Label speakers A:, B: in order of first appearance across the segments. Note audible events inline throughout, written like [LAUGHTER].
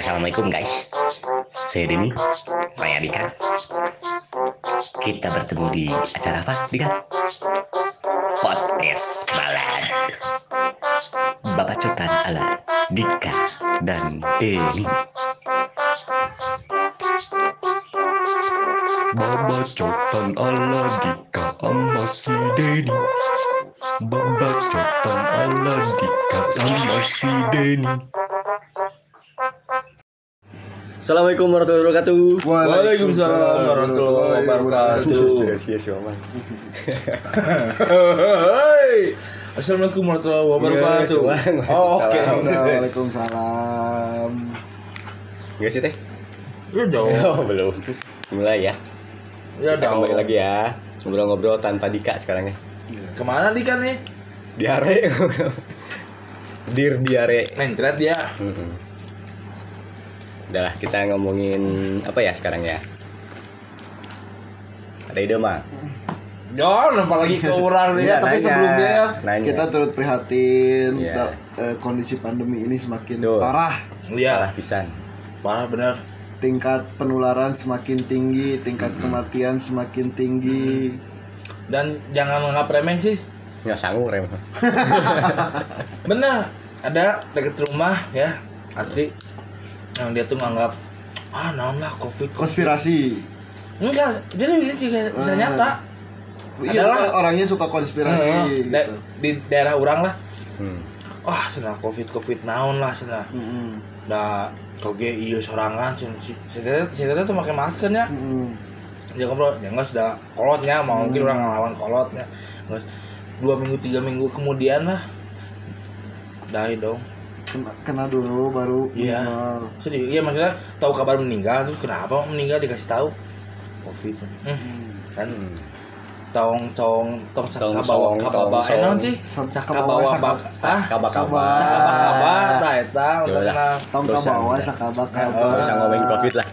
A: Assalamualaikum guys Saya Denny Saya Dika Kita bertemu di acara apa Dika? Podcast Balad Babacotan ala Dika dan Denny Babacotan ala Dika sama si Denny Babacotan ala Dika sama si Denny
B: Assalamualaikum warahmatullahi wabarakatuh.
C: Waalaikumsalam warahmatullahi wabarakatuh. Hei. Assalamualaikum warahmatullahi wabarakatuh.
B: Iya, iya, iya.
C: Oh, Oke.
D: Waalaikumsalam.
B: Enggak sih teh?
C: Ya dong.
B: [LAUGHS] Oh, belum. Mulai ya.
C: Ya
B: Kita
C: dong.
B: kembali lagi ya. Ngobrol-ngobrol tanpa Dika sekarang ya.
C: Kemana Dika nih?
B: Diare. [LAUGHS] Dir diare.
C: Mencret ya.
B: Mm-mm. Udah lah, kita ngomongin apa ya sekarang ya? Ada ide mah?
C: Jangan lupa lagi ke orang
B: Iya,
D: Ya,
C: ya.
D: tapi
B: nanya.
D: sebelumnya ya,
B: Nanya.
D: kita turut prihatin
B: Iya.
D: da- eh, kondisi pandemi ini semakin
B: Tuh.
D: parah.
C: Iya.
B: Parah pisan.
C: Parah bener.
D: Tingkat penularan semakin tinggi, tingkat kematian semakin tinggi.
C: Dan jangan nganggap remeh sih.
B: Nggak sanggup rem.
C: Bener. Ada deket rumah ya. Atri yang dia tuh nganggap ah naon lah covid
D: Konspirasi.
C: enggak jadi bisa,
B: Ah,
C: bisa nyata
D: Iya,
C: Adalah-
D: orangnya suka konspirasi
C: Heeh.
D: gitu.
C: Da- di daerah orang lah
B: Hmm.
C: wah senang covid covid naon lah senang
D: Mm-mm.
C: nah toge iya sorangan cenah. si si teteh- si teteh tuh pakai maskernya
D: Mm-mm.
C: ya ngobrol ya nggak sudah kolotnya mau mungkin orang ngelawan kolotnya Nggak, dua minggu tiga minggu kemudian lah dari dong
D: Kena, kena dulu baru
C: Iya.
D: minimal.
C: sedih iya maksudnya tahu kabar meninggal terus kenapa meninggal dikasih tahu covid Hmm, kan tong tong tong
B: Tong
C: saka
B: song,
C: bawa kabawa
B: tong
C: eh
B: song.
C: naon sih
D: Sa-
C: saka
D: kabawa,
C: bawa
D: saka-
C: bak ah
B: Kaba-kaba.
C: saka bakaba tah eta untuk
B: Yaudah.
C: kenal.
D: Tong
B: Dosa,
D: kabawa
B: udah.
D: sakabak
C: Ah,
B: Nggak usah ngomongin covid lah.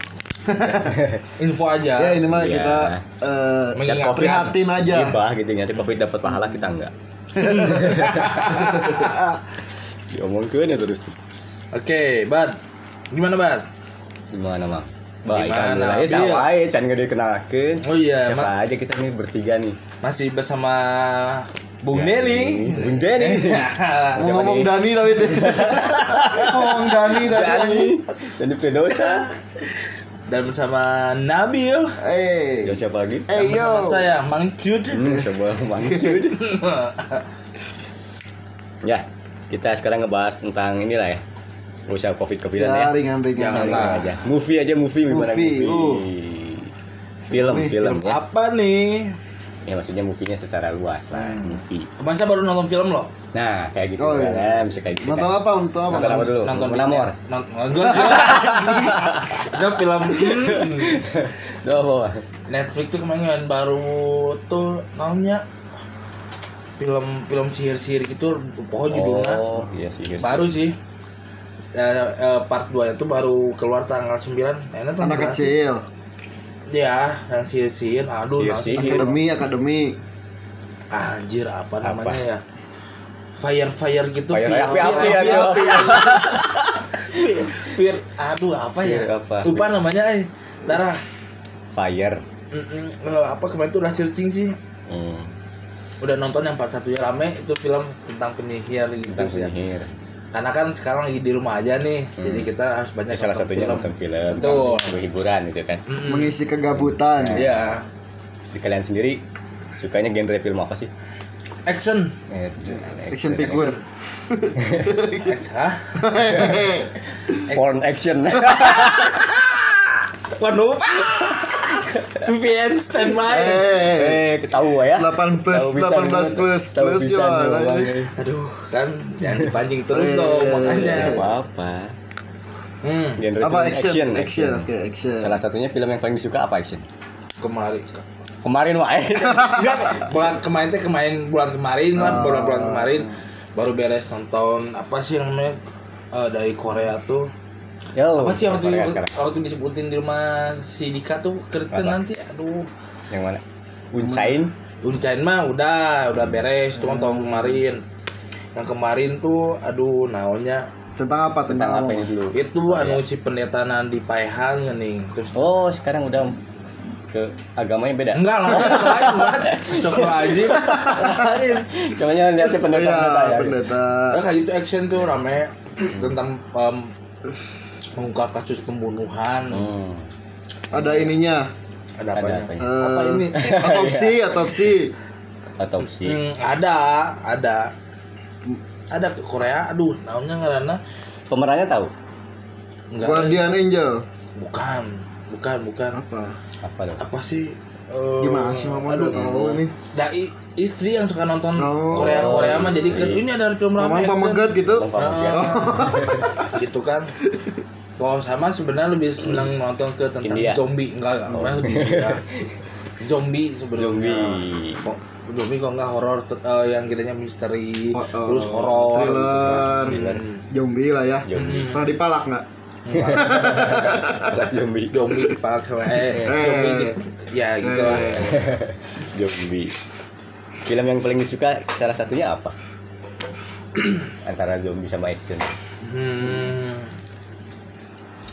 C: info aja
D: Ya ini mah
B: Iya.
D: kita eh,
B: Dan
C: Mengingat
B: covid
D: prihatin aja.
B: Gibah gitu nanti covid dapat pahala kita
C: [LAUGHS]
B: enggak. Diomongkeun ya terus.
C: Oke, Bad. Gimana, Bad?
B: Gimana, Mang? Baik,
C: Gimana,
B: alhamdulillah. Ya,
C: Bil?
B: sama aja, can gede kenalkeun.
C: Oh iya,
B: Siapa aja kita nih bertiga nih.
C: Masih bersama Bung
B: Ya,
C: Denny. [LAUGHS]
B: Bung Denny.
D: [LAUGHS] Mau
B: Siapa
D: ngomong
B: nih?
D: Dani tapi
B: [LAUGHS]
D: Mau ngomong Dani tadi.
B: Dani, Dani Predosa.
C: Dan bersama Nabil.
D: Eh.
B: Dan siapa lagi?
D: Eh
C: Dan bersama
D: yo.
C: saya, Mang Cud.
B: Hmm, coba Mang
C: [LAUGHS]
B: Yud. Ya, kita sekarang ngebahas tentang inilah ya. Gak usah covid-covidan ya.
D: Ya ringan-ringan.
C: Jangan. lah.
B: aja. Movie aja movie gimana
D: Movie,
B: movie.
D: uh.
B: Film,
D: Movie,
B: film, ya.
C: Apa nih?
B: Ya, maksudnya movie-nya secara luas lah, movie.
C: Kemarin saya baru nonton film loh.
B: Nah, kayak gitu
D: Oh,
B: kan.
D: iya.
B: Bisa kayak gitu.
D: Nonton
B: kan.
D: apa? Nonton apa?
B: Nonton apa dulu?
C: Nonton
B: Menamor.
C: Nonton enggak.
B: [LAUGHS]
C: Enggak film Hmm.
B: Tuh, apa?
C: Netflix tuh kemarin baru tuh namanya film film sihir-sihir gitu pokoknya judulnya
B: Oh, iya sih. iya sih.
C: baru sih Eh, eh, part 2 itu baru keluar tanggal 9 enak
D: Anak kecil.
C: ya yang sihir-sihir aduh
B: Sihir-sihir.
D: Akademi, akademi.
C: nanti- anjir apa namanya ya fire fire gitu
B: Fire-
C: fire-
B: api- api,
C: fire-
B: api-
C: api- [LAUGHS] fire- fire aduh apa ya
B: Fire apa?
C: lupa namanya eh darah
B: Fire.
C: Mm-mm, eh, apa kemarin tuh udah searching sih
B: Hmm,
C: udah nonton yang part satunya rame itu film tentang penyihir gitu
B: tentang
C: sih.
B: sihir.
C: karena kan sekarang lagi di rumah aja nih jadi kita harus
B: Ya,
C: banyak
B: salah
C: nonton
B: satunya nonton film.
C: Betul.
B: Sebagai hiburan gitu kan.
D: Mengisi kegabutan.
C: Iya.
B: Di kalian sendiri sukanya genre film apa sih?
C: Action.
B: Eh,
D: Action
B: [LAUGHS]
D: figure.
C: Hah?
B: Porn action.
C: Waduh. VPN standby.
D: Eh.
B: eh, ketawa ya.
D: 8 plus,
B: Tahu pisan,
D: 18 plus,
B: tahu
D: plus
B: pisan
D: gimana
B: doang,
D: ini?
B: eh.
C: Aduh, kan jangan dipancing
B: [LAUGHS]
C: terus
D: Eh,
B: Iya,
C: dong makanya.
B: Nggak apa-apa.
C: Hmm,
B: Genre
D: Apa
B: film
D: action? Action. Oke, action.
B: Salah satunya film yang paling disuka apa action?
C: kemarin.
B: Kemarin wae.
C: Enggak, bulan kemarin teh kemarin bulan kemarin
B: Ah.
C: lah, bulan-bulan kemarin baru beres nonton apa sih yang namanya eh, dari Korea tuh
B: [LAUGHS] Yo.
C: apa sih yang waktu,
B: Oh, Korea sekarang.
C: waktu disebutin di rumah si Dika tuh kereten
B: Apa?
C: nanti aduh
B: Yang mana? Unsain.
C: Uncain mah kan
B: Hmm.
C: udah, udah beres. Cuma tahun kemarin. Yang kemarin tuh aduh naonnya
D: Tentang apa? Tentang,
B: tentang apa
D: apa?
B: ini dulu
C: itu anu si pendeta di Paehang nih terus
B: iya. oh iya. sekarang udah ke agamanya
D: [LAUGHS]
B: beda
C: enggak
B: [LAUGHS]
C: lah yang lain banget cokro aja
B: cuman yang lihatnya pendeta pendeta
D: Iya,
B: ya
D: pendeta.
C: kayak gitu action tuh rame tentang em, mengungkap kasus pembunuhan
B: Hmm.
D: Ada
B: Iya.
D: ininya.
B: Ada
C: ada apanya?
B: apa ya?
D: Eh,
C: apa [LAUGHS] ini
B: [LAUGHS]
D: Otopsi,
B: Iya.
D: otopsi.
B: Otopsi.
C: Hmm, ada ada ada ke Korea aduh naonnya ngaranna
B: pemerannya tahu
C: enggak
D: Guardian Angel.
C: bukan bukan bukan
D: Apa?
B: apa dong
C: apa sih Eh,
D: Gimana sih Mama udah tahu ini?
C: dai istri yang suka nonton
D: Oh.
C: Korea Korea mah jadi kan ini ada film
D: Mama
C: rame action."
D: pamegat gitu.
B: Bang Pamuk ya?
C: Nah, [LAUGHS] gitu kan kalau sama sebenarnya lebih senang nonton ke tentang
B: India. Oh.
C: zombie enggak enggak orang lebih
B: [LAUGHS]
C: India. zombie sebenarnya
B: zombie
C: kok zombie kok enggak horor te- eh, yang kiranya misteri
D: Oh, oh.
C: terus horor gitu kan.
D: Thriller.
C: Hmm.
D: Zombie lah ya.
B: Zombie.
D: Pernah dipalak nggak?
B: zombie
D: [LAUGHS]
C: zombie di kepala cewek eh, zombie di, ya gitu lah
B: Eh.
D: Eh,
B: zombie film yang paling disuka salah satunya apa [CLEARS THROAT] antara zombie sama action
C: hmm.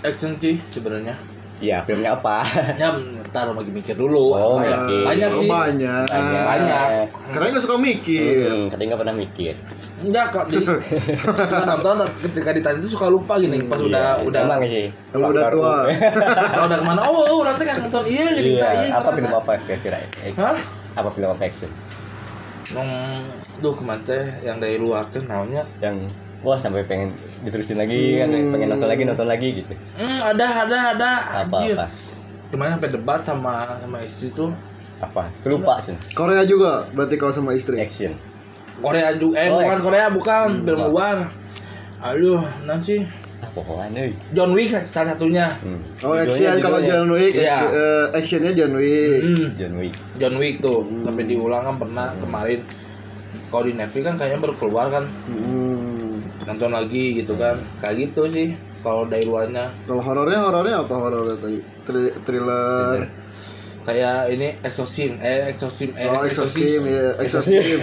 C: action sih sebenarnya
B: ya filmnya
C: [LAUGHS]
B: apa
C: ya ntar lagi mikir dulu
B: Oh,
C: Apa ya?
B: mikir.
C: banyak
D: Oh,
C: sih
D: Banyak.
C: banyak
D: Karena nggak suka mikir.
B: Hmm, katanya nggak pernah mikir
C: enggak kok
B: [LAUGHS]
C: jadi ketika nonton ketika ditanya itu suka lupa gini pas udah
B: Iya,
C: udah
B: emang sih
D: Kalau udah
B: Faktor
D: tua.
B: [LAUGHS] U.
C: kalau udah kemana oh, oh nanti kan nonton iya [LAUGHS] jadi
B: iya
C: tak, iya
B: apa
C: kemana,
B: film
C: tak.
B: apa kira-kira Eh,
C: hah
B: apa film apa action
C: Hmm, duh kemana teh yang dari luar teh naunya
B: yang wah sampai pengen diterusin lagi kan pengen nonton lagi nonton lagi gitu
C: hmm, ada ada ada
B: apa
C: anjir.
B: apa
C: kemarin sampai debat sama sama istri tuh
B: apa lupa sih
D: Korea juga berarti kalau sama istri.
B: action
C: Korea juga eh
B: Oh,
C: bukan
B: ya.
C: Korea bukan film luar aduh nanti
B: ah pohon euy
C: John Wick salah satunya
B: Hmm.
D: Oh,
B: Judulnya-
D: action kalau
B: judulnya
D: John Wick,
C: Iya.
D: action- eh, actionnya John Wick.
C: Hmm,
B: John Wick
C: John Wick tuh
B: Hmm.
C: tapi diulang kan pernah kemarin kalau di Netflix kan kayaknya baru keluar kan
D: Hmm.
C: nonton lagi gitu kan
B: Hmm.
C: kayak gitu sih kalau dari luarnya
D: Kalau horornya horornya apa horornya tadi? Tri- thriller.
C: kayak ini Exorcism eh Exorcism eh
D: Oh,
C: Exorcist.
D: exorcism ya, exorcism.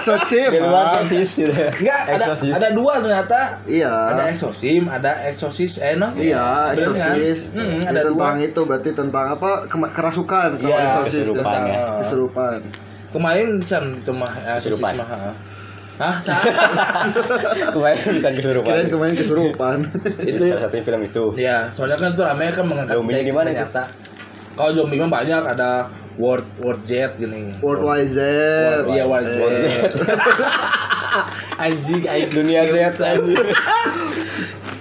D: Exorcism.
B: di luar
D: ah.
B: eksis gitu
C: Enggak, ada,
B: Exorcist.
C: ada dua ternyata.
D: Iya.
C: Ada exorcism, ada exorcis, eh no?
D: Iya,
C: Bener kan?
D: exorcist.
C: Hmm,
D: Ya,
C: ada dua.
D: tentang itu berarti tentang apa? Kema- kerasukan kalau
C: Iya,
D: exorcism.
B: kesurupan
C: tentang,
B: ya.
C: eh,
D: Kesurupan.
C: Kemarin san itu mah eh, exorcism
B: Kesurupan.
C: mah. ha. Hah? Sa- [LAUGHS]
B: kemarin bisa kesurupan
D: Kirain kemarin kesurupan.
B: itu salah satunya film itu
C: Iya, soalnya kan itu ramai kan mengangkat
B: Zombie-nya
C: teks
B: di mana itu?
C: ternyata. Kalau zombie mah banyak ada World World Jet gini.
D: World Wide Z.
C: World- Iya, World
D: [LAUGHS]
C: Jet. Anjing, anjing
B: dunia sehat aja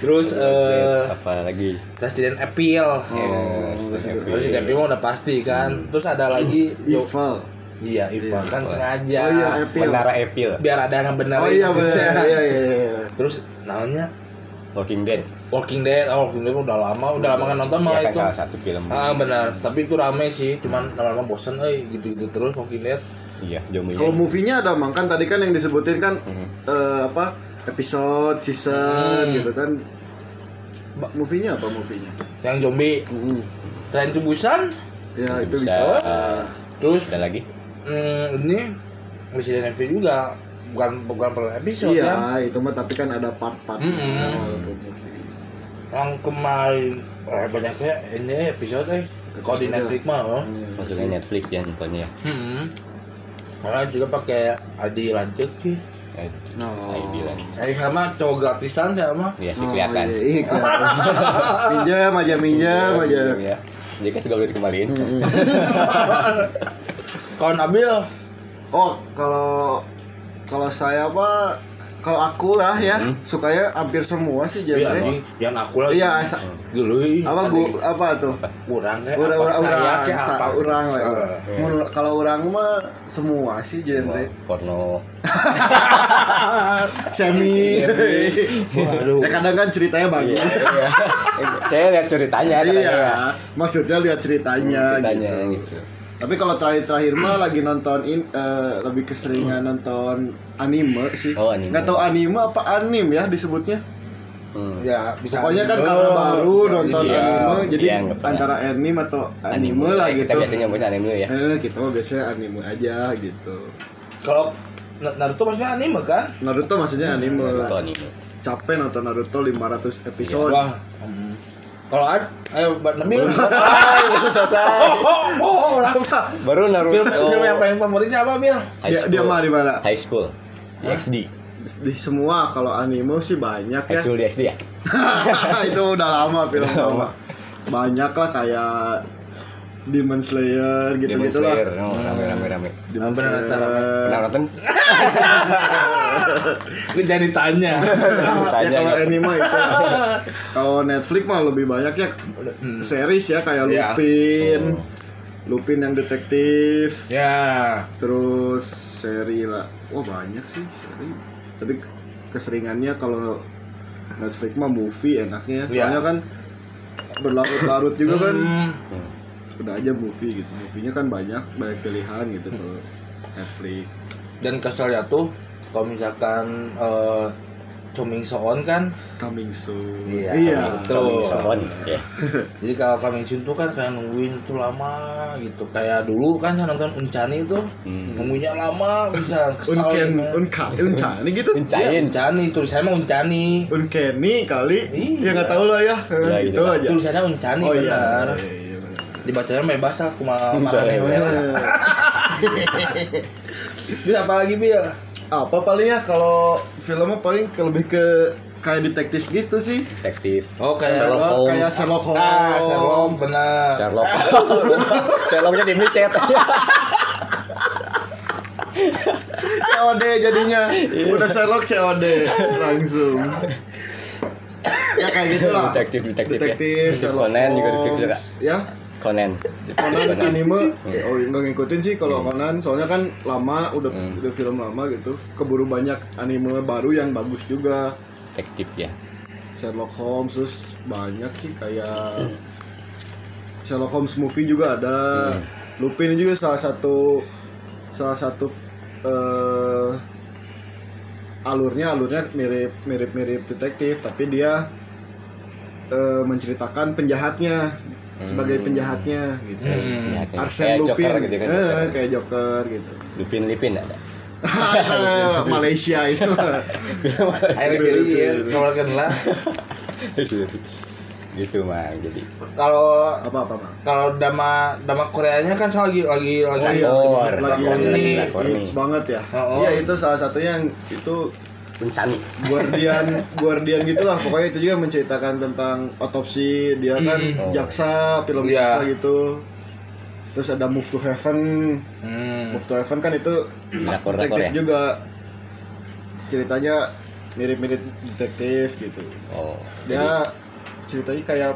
C: Terus eh
B: apa lagi
C: Resident Evil.
D: Oh,
B: eh, Iya.
C: Resident Evil mah udah pasti
B: Hmm.
C: kan. Terus ada lagi zo-
D: Evil.
C: Iya, Evil kan sengaja.
D: Oh iya, Evil.
B: menara Evil
C: biar ada yang benar
D: Oh iya, bener. Iya, iya, iya.
C: terus namanya
B: Walking Dead
C: Walking Dead oh Walking Dead udah lama udah lama kan nonton
B: ya
C: malah
B: kan
C: itu
B: salah satu film
C: ah benar tapi itu rame sih cuman lama-lama bosan eh gitu-gitu terus Walking Dead
B: iya John Wick
D: Kalau movie-nya ada mang kan tadi kan yang disebutin kan eh, apa? Episode, season gitu kan. Ba- Movie-nya apa movie-nya?
C: yang zombie
D: Mm-mm.
C: Train to Busan
D: Ya, itu
B: bisa
D: bisa.
B: eh,
C: terus
B: ada lagi
C: hmm, ini Resident Evil juga bukan bukan per episode ya
D: Iya, itu mah tapi kan ada part-part.
C: yang kemarin eh, banyaknya ini episode eh kalau
D: Episode.
C: di Netflix mah oh.
D: Hmm.
B: maksudnya Netflix ya nontonnya
C: Hmm. Karena juga pakai Adi Lancet sih.
B: ya
D: No.
B: Ayo bilang
C: Saya sama cowok gratisan saya mah.
B: ya sih kelihatan
D: iya, kelihatan. Pinjam aja, minjam aja. Hmm,
B: ya jadi kan juga boleh dikembaliin
C: Kawan Abil
D: Oh, kalau kalau saya mah kalau aku lah ya, sukanya hampir semua sih genre.
C: Iya anjing, jangan aku lagi
D: Iya, sa-
C: Geuloy.
D: apa gua apa tuh?
C: Kurang kayak
D: Urang
C: apa
D: urang
C: saya
D: urang,
C: kayak
D: sa-
C: apa
D: urang lah. Menurut- kalau urang mah semua sih genre.
B: porno
D: Semi.
C: Waduh.
D: [LAUGHS] ya kadang kan ceritanya bagus.
B: Iya. [LAUGHS] saya lihat ceritanya katanya
D: Iya,
B: ya.
D: maksudnya lihat ceritanya,
B: ceritanya
D: gitu.
B: gitu
D: Tapi kalau terakhir-terakhir mah lagi nonton in- eh, lebih keseringan nonton anime sih.
B: Oh, anime.
D: Nggak tahu anime apa anim ya disebutnya.
B: Hmm.
C: Ya, bisa.
D: Pokoknya kan
C: aja.
D: karena baru
C: Oh,
D: nonton
B: iya,
D: anime,
B: iya,
D: jadi
B: nggak pernah.
D: antara anime atau anime, lah
B: kita
D: gitu.
B: biasanya nyebutnya anime ya
D: Eh, kita mah biasanya anime aja gitu.
C: Kalau Na- Naruto maksudnya anime kan?
D: Naruto maksudnya anime.
B: Iya, Naruto
D: [LAUGHS]
B: anime. Iya.
D: Capek nonton Naruto 500 episode. [LAUGHS]
C: Wah. hmm. Kalau ada, ayo Mbak Nemi.
B: Selesai, selesai.
C: Oh, oh, oh, oh, lah.
B: Baru Naruto.
C: Film, film
D: Oh.
C: yang paling favoritnya apa, Bil?
B: High
D: Dia- dia
B: school.
D: mah di mana?
B: High school. Di XD.
D: Di semua kalau anime sih banyak
B: High
D: ya.
B: school di XD ya?
D: [LAUGHS] itu udah lama film
B: Udah lama.
D: lama. Banyak lah kayak Demon Slayer
B: Demon
D: gitu-gitu
B: Slayer.
D: lah. Eh.
B: No, rame, rame, rame.
D: Demon
C: Hampir rata-rata.
B: Pernah
D: [LAUGHS]
B: nonton?
D: Ya,
C: Gue jadi tanya.
D: Ya
B: Tanya.
D: kalau anime
B: [LAUGHS]
D: itu lah. Kalau Netflix mah lebih banyak ya
B: Hmm.
D: series
B: Iya.
D: ya kayak
C: Ya.
D: Lupin.
B: Oh.
D: Lupin yang detektif,
C: [LAUGHS] ya,
D: terus seri lah. Wah, banyak sih seri. Tapi keseringannya kalau Netflix mah movie
B: Iya.
D: enaknya.
C: Ya.
D: Soalnya kan berlarut-larut juga kan.
C: Hmm,
D: Udah aja movie gitu. Movie-nya kan banyak, banyak pilihan gitu
C: Hmm.
D: kalau Netflix.
C: dan keselnya tuh kalau misalkan eh coming soon kan
D: Coming soon.
C: Iya,
B: Sony,
C: Tuh.
B: Sony. Ya.
C: jadi kalau coming soon tuh kan kayak nungguin tuh lama gitu kayak dulu kan saya nonton Uncani tuh
D: Hmm.
C: nunggunya lama
D: [LAUGHS]
C: bisa kesal
D: Unken,
C: gitu.
D: unka, uncani gitu.
C: Iya,
B: Uncain.
C: Uncani tulisannya mah Uncani
D: Unkeni kali ya
C: Iya.
D: nggak tahu lah ya
B: Iya,
D: gitu
B: iya.
D: aja
C: tulisannya Uncani
D: oh iya
C: benar
D: Iya, iya, benar.
C: dibacanya bebas lah kuma
B: Uncani.
C: marane we lah. Bil apa lagi Bil
D: iya. apa paling ya kalau filmnya paling ke- lebih ke kayak detektif gitu sih
B: Detektif.
C: oh kayak
B: Sherlock
D: Apa,
B: Holmes.
D: kayak Sherlock Holmes
C: ah Sherlock benar
D: [LAUGHS]
B: Sherlock. Sherlocknya dimicet.
D: COD jadinya udah Sherlock COD langsung ya kayak gitu lah
B: Detektif, detektif ya.
D: detektif
B: Detektif
D: Sherlock
B: Conan juga
D: Holmes.
B: detektif juga.
D: ya
B: Conan. Hmm.
D: Conan anime oh nggak ngikutin sih kalau Conan soalnya kan lama udah
B: Hmm.
D: udah film lama gitu keburu banyak anime baru yang bagus juga
B: Detektif ya.
D: Sherlock Holmes terus banyak sih kayak Sherlock Holmes movie juga ada
B: Hmm.
D: Lupin juga salah satu salah satu eh, alurnya alurnya mirip mirip mirip detektif tapi dia eh, menceritakan penjahatnya sebagai penjahatnya gitu
B: Ya, Hmm. kayak-
D: Arsene
B: kayak
D: Lupin
B: Joker gitu kan.
D: Eh,
B: Joker.
D: kayak Joker
B: [LAUGHS]
D: gitu
B: Lupin Lipin ada. [LAUGHS]
D: Malaysia itu
C: air kiri ya keluarkan lah
B: gitu mah jadi.
C: kalau
D: apa apa Mak?
C: kalau drama drama Koreanya kan saya lagi lagi lagi
D: Oh
B: Lakor.
D: iya, lagi
C: Lakor
D: ini
C: ini.
D: hits banget ya.
C: Oh.
D: Iya itu salah satunya yang itu
B: Uncani.
C: [LAUGHS]
D: guardian guardian gitulah pokoknya itu juga menceritakan tentang otopsi dia kan
B: Oh.
D: jaksa film
C: Hmm. Iya.
D: jaksa gitu. Terus ada Move to Heaven.
C: Hmm.
D: Move to Heaven kan itu
B: Rakor-rakor
D: detektif
B: ya.
D: juga ceritanya mirip-mirip detektif gitu.
B: Oh.
D: Dia ceritanya kayak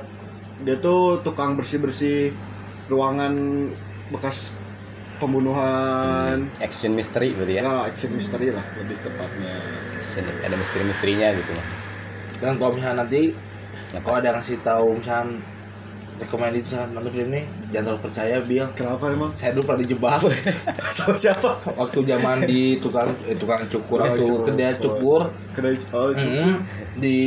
D: dia tuh tukang bersih-bersih ruangan bekas pembunuhan.
B: Action mystery berarti ya.
D: Ya, action misteri lah lebih tepatnya.
B: Action, ada misteri-misterinya gitu mah.
C: dan kalau misalnya nanti
B: Apa?
C: kalau ada yang ngasih tahu misalnya rekomend itu misalnya nonton film ini jangan terlalu percaya Bill
D: Kenapa emang? [LAUGHS]
C: saya dulu pernah dijebak [LAUGHS]
D: Sama siapa?
C: waktu zaman di tukang eh, tukang cukur
D: Tukang
C: atau
D: cukur.
C: kedai cukur
D: Kedai oh, cu-
B: Hmm.
C: Mm, di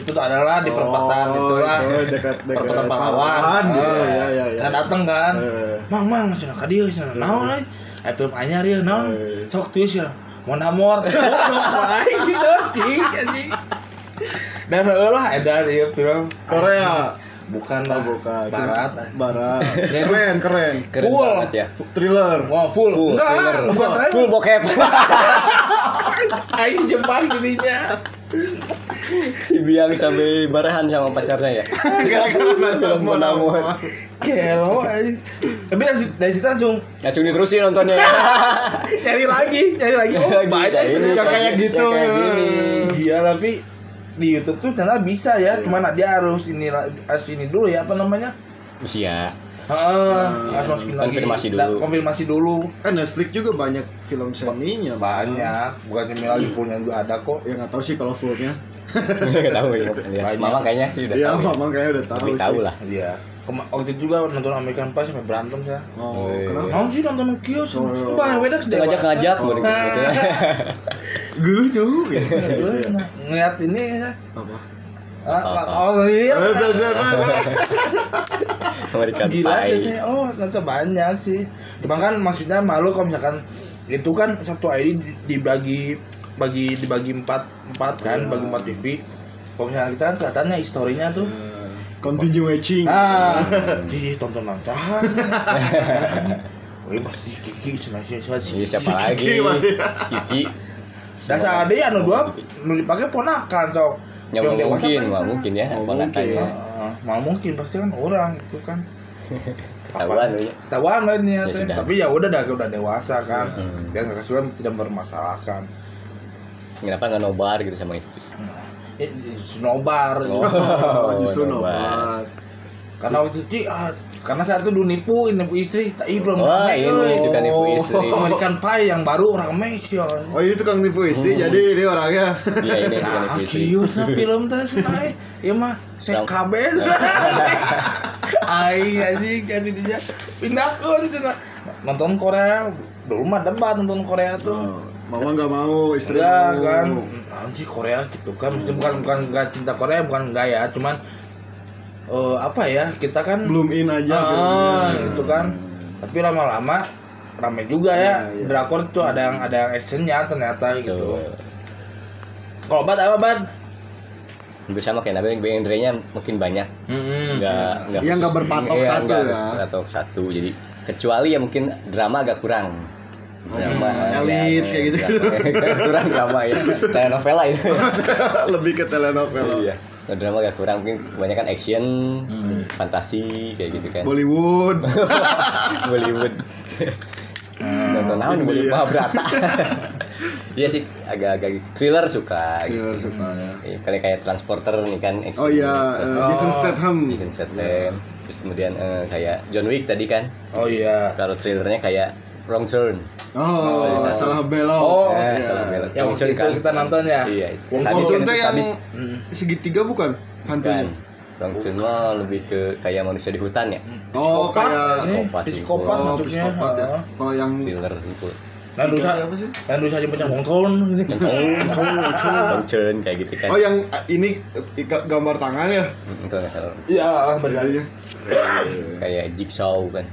C: itu tuh adalah di perempatan
D: Oh,
C: itulah
D: itu dekat- dekat
C: perempatan pahlawan
D: Pahlawan,
C: Eh,
D: iya, iya, iya, iya.
C: saya datang kan
D: Eh.
C: mang mang cenah ka dieu cenah naon euy aya film anyar ieu naon
D: Eh.
C: sok tuh cenah mau namor [LAUGHS] goblok aing bisa anjing anjing dan eulah edan ieu film
D: Korea.
C: bukan
D: Oh,
C: lah
D: bukan.
C: barat
B: ah. [LAUGHS]
D: Barat.
B: Ya.
D: Keren, keren.
B: Keren
C: Full.
B: banget ya.
D: Thriller.
C: Wah full,
B: Full
C: enggak,
B: trailer.
C: bukan
B: Full
C: trailer.
B: bokep.
D: [LAUGHS]
C: Aing jebak dirinya.
B: [LAUGHS] si Biang sampai barahan sama pacarnya ya. [LAUGHS]
D: Gara-gara nonton
B: Film
D: [LAUGHS]
B: Monamor.
D: Monamor.
C: Kelo, anjing. tapi dari, dari situ langsung
B: Langsung diterusin Ya, nontonnya.
C: [LAUGHS]
B: [LAUGHS]
C: nyari lagi, nyari lagi.
D: [LAUGHS]
C: Oh,
B: Lagi,
C: banyak
B: kayak ini,
C: yang kayak
B: Ya, kayak
C: gitu.
B: gini.
C: Gila Iya, tapi di YouTube tuh channel bisa ya,
B: Iya.
C: cuman dia harus ini harus ini dulu ya apa namanya?
B: Usia. [LAUGHS]
C: Heeh, harus masukin lagi.
B: Hmm, konfirmasi dulu.
C: Da- konfirmasi dulu.
D: Kan Netflix juga banyak film seminya, Pak.
C: Banyak, bukan cuma lagi fullnya juga ada kok.
D: Ya nggak tahu sih kalau fullnya.
B: Enggak tahu ya.
C: Banyak.
B: Mama kayaknya sih udah
D: Iya,
B: tahu. ya.
D: Mamang kayaknya udah tahu
B: Tapi
D: sih.
B: tahu lah.
C: Iya. Kema- waktu itu juga nonton American Pie sampai berantem saya.
D: Oh,
B: Oh, iya.
D: kenapa?
C: Mau sih nonton kios,
D: Oh, iya.
C: Pak Wedak sudah
B: Ngajak-ngajak baru gitu.
C: Nah. [LAUGHS]
D: Gue tuh. gitu.
C: Ngeliat ini ya.
B: [LAUGHS]
D: Apa?
C: Ah, Oh, iya.
D: Eh, dah, dah, dah, dah.
B: American
C: Gila
B: Pie.
C: gitu ya. Oh, ternyata banyak sih. Cuma kan maksudnya kan malu kalau misalkan itu kan satu ID dibagi bagi dibagi empat empat kan
B: Iya.
C: bagi empat TV kalau misalnya kita kan kelihatannya historinya tuh
D: continue
B: Iya.
D: watching
C: ah ih
B: [LAUGHS]
C: tonton lancahan Wih pasti kiki cina sih cina
B: Ini
C: sih
B: Iya, siapa
D: Si
B: lagi?
D: Kiki, Mas.
B: Si Kiki.
C: dasar ada ya anu dua nu dipakai ponakan so
B: Ya
C: Yang
B: Gitu. mungkin,
C: dewasa paling
B: wah
C: sana.
B: mungkin ya,
D: Oh,
B: ponakannya.
D: mungkin.
B: ya.
C: Ah, mau mungkin pasti kan orang itu
B: [LAUGHS]
C: kan
B: Ketahuan
C: Apa?
B: lu ya.
C: ketahuan lah ini
B: Ya
C: ya, teh.
B: sudah.
C: tapi ya udah dah udah dewasa kan
B: Hmm.
C: dan kakak sudah tidak mempermasalahkan
B: Kenapa nggak nobar gitu sama istri?
C: Ya, snobar gitu.
D: oh, justru
B: nobar.
D: nobat
C: [LAUGHS] karena waktu itu "Ci, ah, karena saat itu dulu nipu nipu istri tak ih belum
B: Wah,
C: rame
B: ini
C: euy."
B: juga nipu
C: [LAUGHS]
B: istri.
C: American Pie yang baru rame sih ya.
D: oh ini tukang tipu istri
B: Hmm.
D: jadi ini orangnya
B: Iya ini juga
C: Nah,
B: nipu istri.
C: kieu na film teh senai. Ieu mah SKB. [LAUGHS] Ai anjing anjing dia pindahkeun cenah. Nonton Korea dulu mah debat nonton Korea tuh.
D: Oh, mama nggak mau istri
C: Enggak
D: mau.
C: kan anjing Korea gitu kan Maksudnya bukan bukan enggak cinta Korea bukan enggak ya cuman eh, apa ya kita kan
D: belum in aja
C: ah, gitu kan tapi lama-lama rame juga ya,
D: Iya, iya.
C: drakor tuh ada yang ada yang actionnya ternyata
B: Tuh.
C: gitu kalau bat apa bat
B: Hampir sama kayak Nabil, genre-nya makin banyak. Nggak
C: Mm-mm.
D: Iya.
B: nggak
D: Yang nggak
B: khusus-
D: berpatok
B: iya,
D: satu
B: nggak
D: ya.
B: khusus Berpatok satu. Jadi kecuali ya mungkin drama agak kurang. Drama
D: Hmm,
B: ya,
D: Elite, kayak gitu.
B: drama- kurang drama ya. [LAUGHS] Telenovela ini.
C: [LAUGHS]
D: lebih ke telenovela
B: Iya. Kalau drama agak kurang mungkin kebanyakan action,
D: Hmm.
B: fantasi kayak gitu kan.
D: Iya.
C: [LAUGHS]
D: Bollywood
B: Bollywood. Nonton naon di Bollywood
D: Iya. [LAUGHS]
B: Mahabharata. Iya sih agak-agak thriller suka. gitu.
D: Thriller suka ya.
B: Iya, Kayak kayak transporter nih kan. action.
D: oh iya eh, Jason Statham
C: Oh,
B: Jason Statham. Terus kemudian eh, kayak John Wick tadi kan.
C: oh iya
B: Kalau thrillernya kayak Wrong Turn.
D: oh
B: Jason.
D: salah belok
C: Oh,
B: Eh,
D: iya.
B: salah belok.
C: Yang
B: Wrong Turn
C: waktu itu kita nonton ya?
B: Iya. itu.
D: Wong
B: Sadis
D: Kosong
B: kan
D: teh
B: itu,
D: yang
B: sadis.
D: Hmm. segitiga bukan
B: Bukan.
D: hantunya
B: Wrong Turn Kan. mah lebih ke kayak manusia di hutan ya.
D: oh
C: Psikopat
D: kayak
C: sih,
B: Psikopat.
C: kan? Eh, psikopat
D: oh
C: maksudnya
D: psikopat ya
C: Heeh.
D: kalau yang
B: Thriller gitu.
C: dan dosa
D: Kayak apa sih?
C: dan dosa aja macam hongkong ini
B: Wrong Turn kayak gitu kan.
D: Ah, oh yang eh, ini eh, ga- gambar tangan ya
B: Mm, Kalau nggak salah
C: ya benar
D: Iya.
B: kayak Jigsaw kan.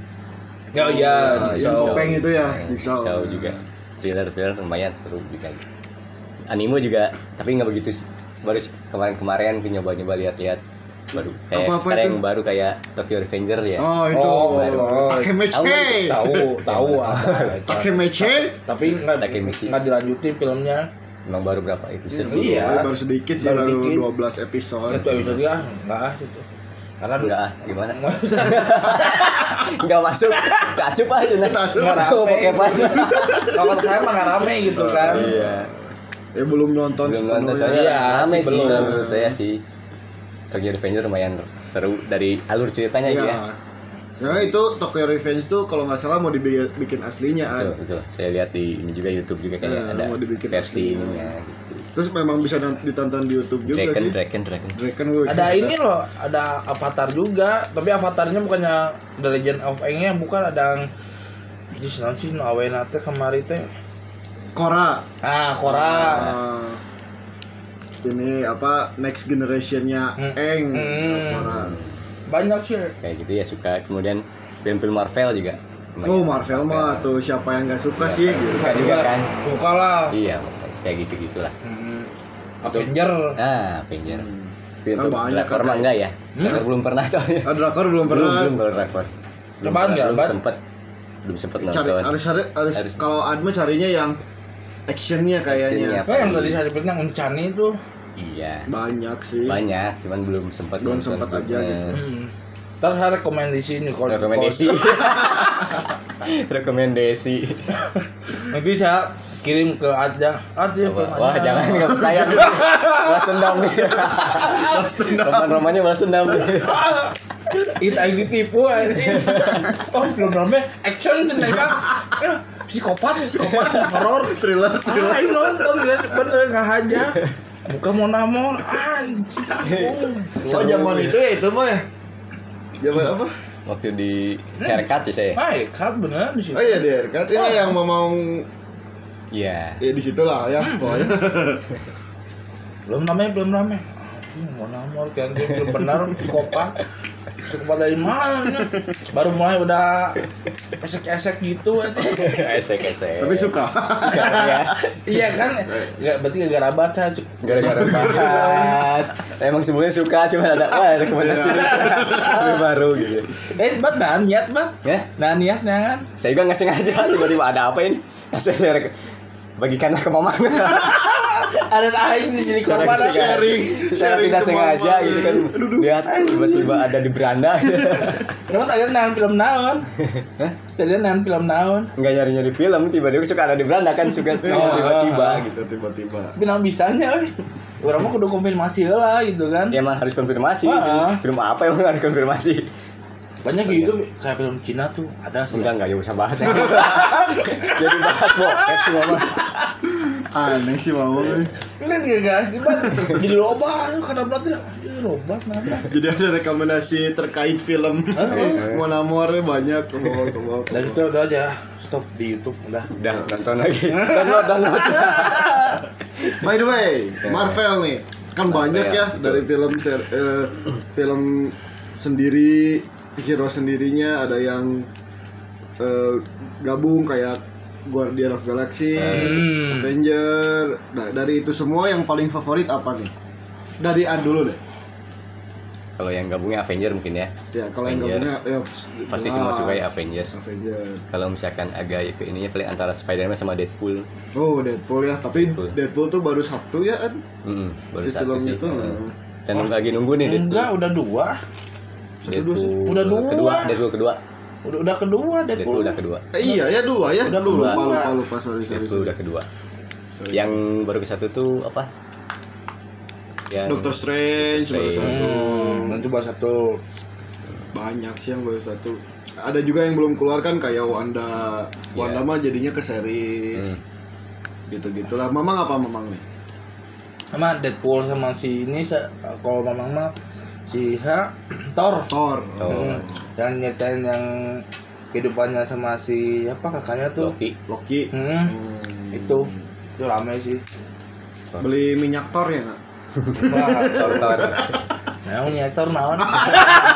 B: Nah,
C: ya
D: Oh, iya,
C: ya
D: yang
C: jigsaw.
D: topeng itu ya jigsaw
B: Jigsaw juga. Thriller thriller lumayan seru juga. Anime juga tapi nggak begitu sih. baru sih kemarin-kemarin aku nyoba-nyoba lihat-lihat baru kayak
D: Apa-apa
B: sekarang
D: itu?
B: yang baru kayak Tokyo Revenger ya.
D: oh itu
C: Oh,
D: Takemece
C: tahu tahu apa
D: [LAUGHS]
C: itu.
D: Takemece
C: tapi nggak
B: Takemichi.
C: nggak dilanjutin filmnya
B: Emang baru berapa episode sih?
C: Iya.
D: Oh, baru sedikit sih
C: Baru
D: baru
C: dikit.
D: 12 episode
C: itu episode tiga nggak ah gitu karena [LAUGHS]
B: Enggak ah, gimana? Enggak masuk. Kacup aja nah.
D: Kacup.
B: Enggak tahu pakai apa.
C: kalau kata saya mah nggak rame gitu kan
B: Iya.
D: ya belum nonton ya?
B: Belum nonton soalnya
C: Iya,
B: rame
C: sih,
B: sih
C: belum.
B: kalau menurut saya sih. Tokyo Revenger lumayan seru dari alur ceritanya
D: ya.
B: gitu ya.
D: Soalnya itu Tokyo Revenge tuh kalau nggak salah mau dibikin bikin aslinya kan.
B: Betul, betul. Saya lihat di ini juga YouTube juga kayak
D: Eh,
B: ada
D: mau dibikin
B: versi
D: aslinya.
B: ininya gitu.
D: Terus memang bisa nont- ditonton di YouTube juga
B: Dragon,
D: sih.
B: Dragon, Dragon.
D: Dragon woy.
C: ada ini loh ada avatar juga tapi avatarnya bukannya The Legend of Aang nya bukan ada yang Jis naon sih nawe nate kemari teh
D: Korra.
C: ah Korra
B: Nah.
D: Ah, ini apa next generationnya
C: Hmm.
D: Eng.
C: Hmm.
D: Korra.
C: banyak sih
B: Kayak gitu ya suka. Kemudian film-film Marvel juga. lumayan.
D: Oh Marvel mah tuh siapa yang nggak suka sih? gitu.
B: Suka juga kan?
C: suka lah
B: Iya, makanya kayak gitu-gitulah.
C: Hmm, Avenger
B: Ah, Avenger. Tapi
D: Kan
B: untuk
D: banyak
B: drakor
D: kan,
B: mah
D: ya.
B: enggak ya? Drakor belum pernah soalnya.
D: Ah, Drakor belum
B: Belum,
D: pernah.
B: belum kalau drakor. Belum
C: Cobaan
B: pernah,
C: nggak,
B: Belum
C: Bat?
B: sempet. Belum sempet
D: Cari
B: nonton.
D: harus harus, harus-
B: Harus.
D: kalau Adma carinya yang actionnya
B: Actionnya.
D: kayaknya
C: apa Kan yang tadi saya bilang yang Uncani itu
B: Iya.
D: banyak sih.
B: Banyak, cuman belum sempet
D: Belum
B: nonton
D: sempet aja
B: filmnya.
D: gitu.
C: hmm. Ntar saya rekomendasi nih kalau
B: Rekomendasi. [LAUGHS] Rekomendasi.
C: kalau- nanti saya kirim ke Adja Adja
B: Wah,
C: film
B: wah,
C: Adja.
B: jangan nggak
D: [LAUGHS]
B: percaya. nih. Balas dendam nih. Roman-romannya balas dendam nih.
C: It ID tipu anjing. Oh belum lama action dan lain psikopat psikopat horor
D: Thriller,
C: ah ini nonton ya bener nggak hanya buka mau namor anjing
D: Oh zaman itu ya itu mah ya. Zaman apa?
B: Waktu di haircut ya saya.
C: baik kan bener di situ
D: Oh iya di haircut ya yang mau mau
B: Iya.
D: ya di situlah ya pokoknya.
C: belum namanya belum lama Anjing, mau namor kan dia belum benar gitu, psikopat Kepada dari mana? ya? Baru mulai udah esek-esek gitu. aja.
B: esek esek
D: Tapi suka.
C: iya kan? Nggak, berarti gara-gara baca. cu.
B: gara-gara banget emang sebelumnya suka cuma ada wah rekomendasi
D: Iya.
B: baru baru gitu
C: Eh, bat nah niat bat.
B: ya
C: Nah niatnya kan.
B: saya juga nggak sengaja [LAUGHS] tiba-tiba ada apa ini saya rek- bagikanlah ke
D: [LAUGHS]
B: mama
C: Ada aing nih jadi korban.
B: Saya-
C: aja.
D: sharing,
B: saya
D: sharing
B: tidak
D: ke
B: sengaja
D: mama.
B: gitu kan lihat tiba-tiba ada di beranda [LAUGHS]
C: Kenapa tadi nahan film naon?
B: Hah?
C: Tadi nahan film naon?
B: nggak nyari-nyari film tiba-tiba suka ada di beranda kan
D: [LAUGHS]
B: suka
D: Ya, Ah.
B: tiba-tiba gitu
D: Gitu tiba-tiba.
C: Tapi naon bisanya euy. Orang mah kudu konfirmasi lah gitu kan.
B: ya emang harus konfirmasi
C: Ah.
B: film apa emang harus konfirmasi
C: Banyak di YouTube kayak film Cina tuh ada sih.
B: enggak enggak ya usah
D: [LAUGHS]
B: bahas ya jadi bahas bokep semua mah
D: Aneh sih mama.
C: Ini kan gara-gara sih, Bat. jadi loba tuh karena berarti anjir loba kenapa?
D: Jadi ada rekomendasi terkait film. Mau namornya banyak. Oh, [LAUGHS] ke bawah, ke bawah, ke
C: Dan
D: bawah.
C: itu udah aja stop di YouTube udah.
B: udah nonton
D: [LAUGHS]
B: lagi download download
D: By the way, Marvel nih kan banyak ya dari film ser- eh, film sendiri, hero sendirinya ada yang eh, gabung kayak Guardian of Galaxy,
B: Hmm.
D: Avenger. Nah, dari itu semua yang paling favorit apa nih? Dari An dulu deh.
B: kalau yang gabungnya Avenger mungkin ya
D: Ya, kalau yang
B: Avengers.
D: gabungnya ya,
B: Pasti
D: jelas.
B: semua suka ya Avengers.
D: Avenger.
B: kalau misalkan agak ke ininya paling antara Spider-Man sama Deadpool
D: Oh, Deadpool ya, tapi
B: Deadpool.
D: Deadpool, tuh baru satu ya kan?
B: Mm-mm, baru
D: Si
B: satu
D: film
B: sih
D: itu,
B: Heeh.
D: nah.
B: dan lagi nunggu nih
C: Enggak,
B: Deadpool
C: udah dua.
D: Satu dua sih.
B: Deadpool
C: Udah dua.
B: kedua Deadpool kedua
C: Udah udah kedua
B: Deadpool
C: Deadpool.
B: udah kedua
D: Eh, iya ya dua ya.
C: Udah
D: lupa,
C: dua.
D: lupa lupa sorry sorry.
B: Deadpool udah kedua yang baru ke satu tuh apa yang
D: Doctor Strange,
B: Doctor
D: baru
B: Strange.
D: satu.
C: Hmm, nanti bahas satu.
D: Banyak sih yang baru satu. Ada juga yang belum keluar kan kayak Wanda. Wanda mah jadinya ke series. Gitu-gitulah. Mamang apa Mamang nih?
C: Sama Deadpool sama si ini se- kalau mamang mah si ha, Thor.
D: Thor.
B: Oh,
C: Hmm, Yang nyetain yang kehidupannya sama si apa kakaknya tuh.
B: Loki
D: Loki.
C: Hmm,
D: Hmm.
C: itu itu rame
B: [LAUGHS]
C: sih.
D: Beli minyak Thor ya nggak?
C: Wah,
B: Thor Thor
C: nah, ini aktor naon?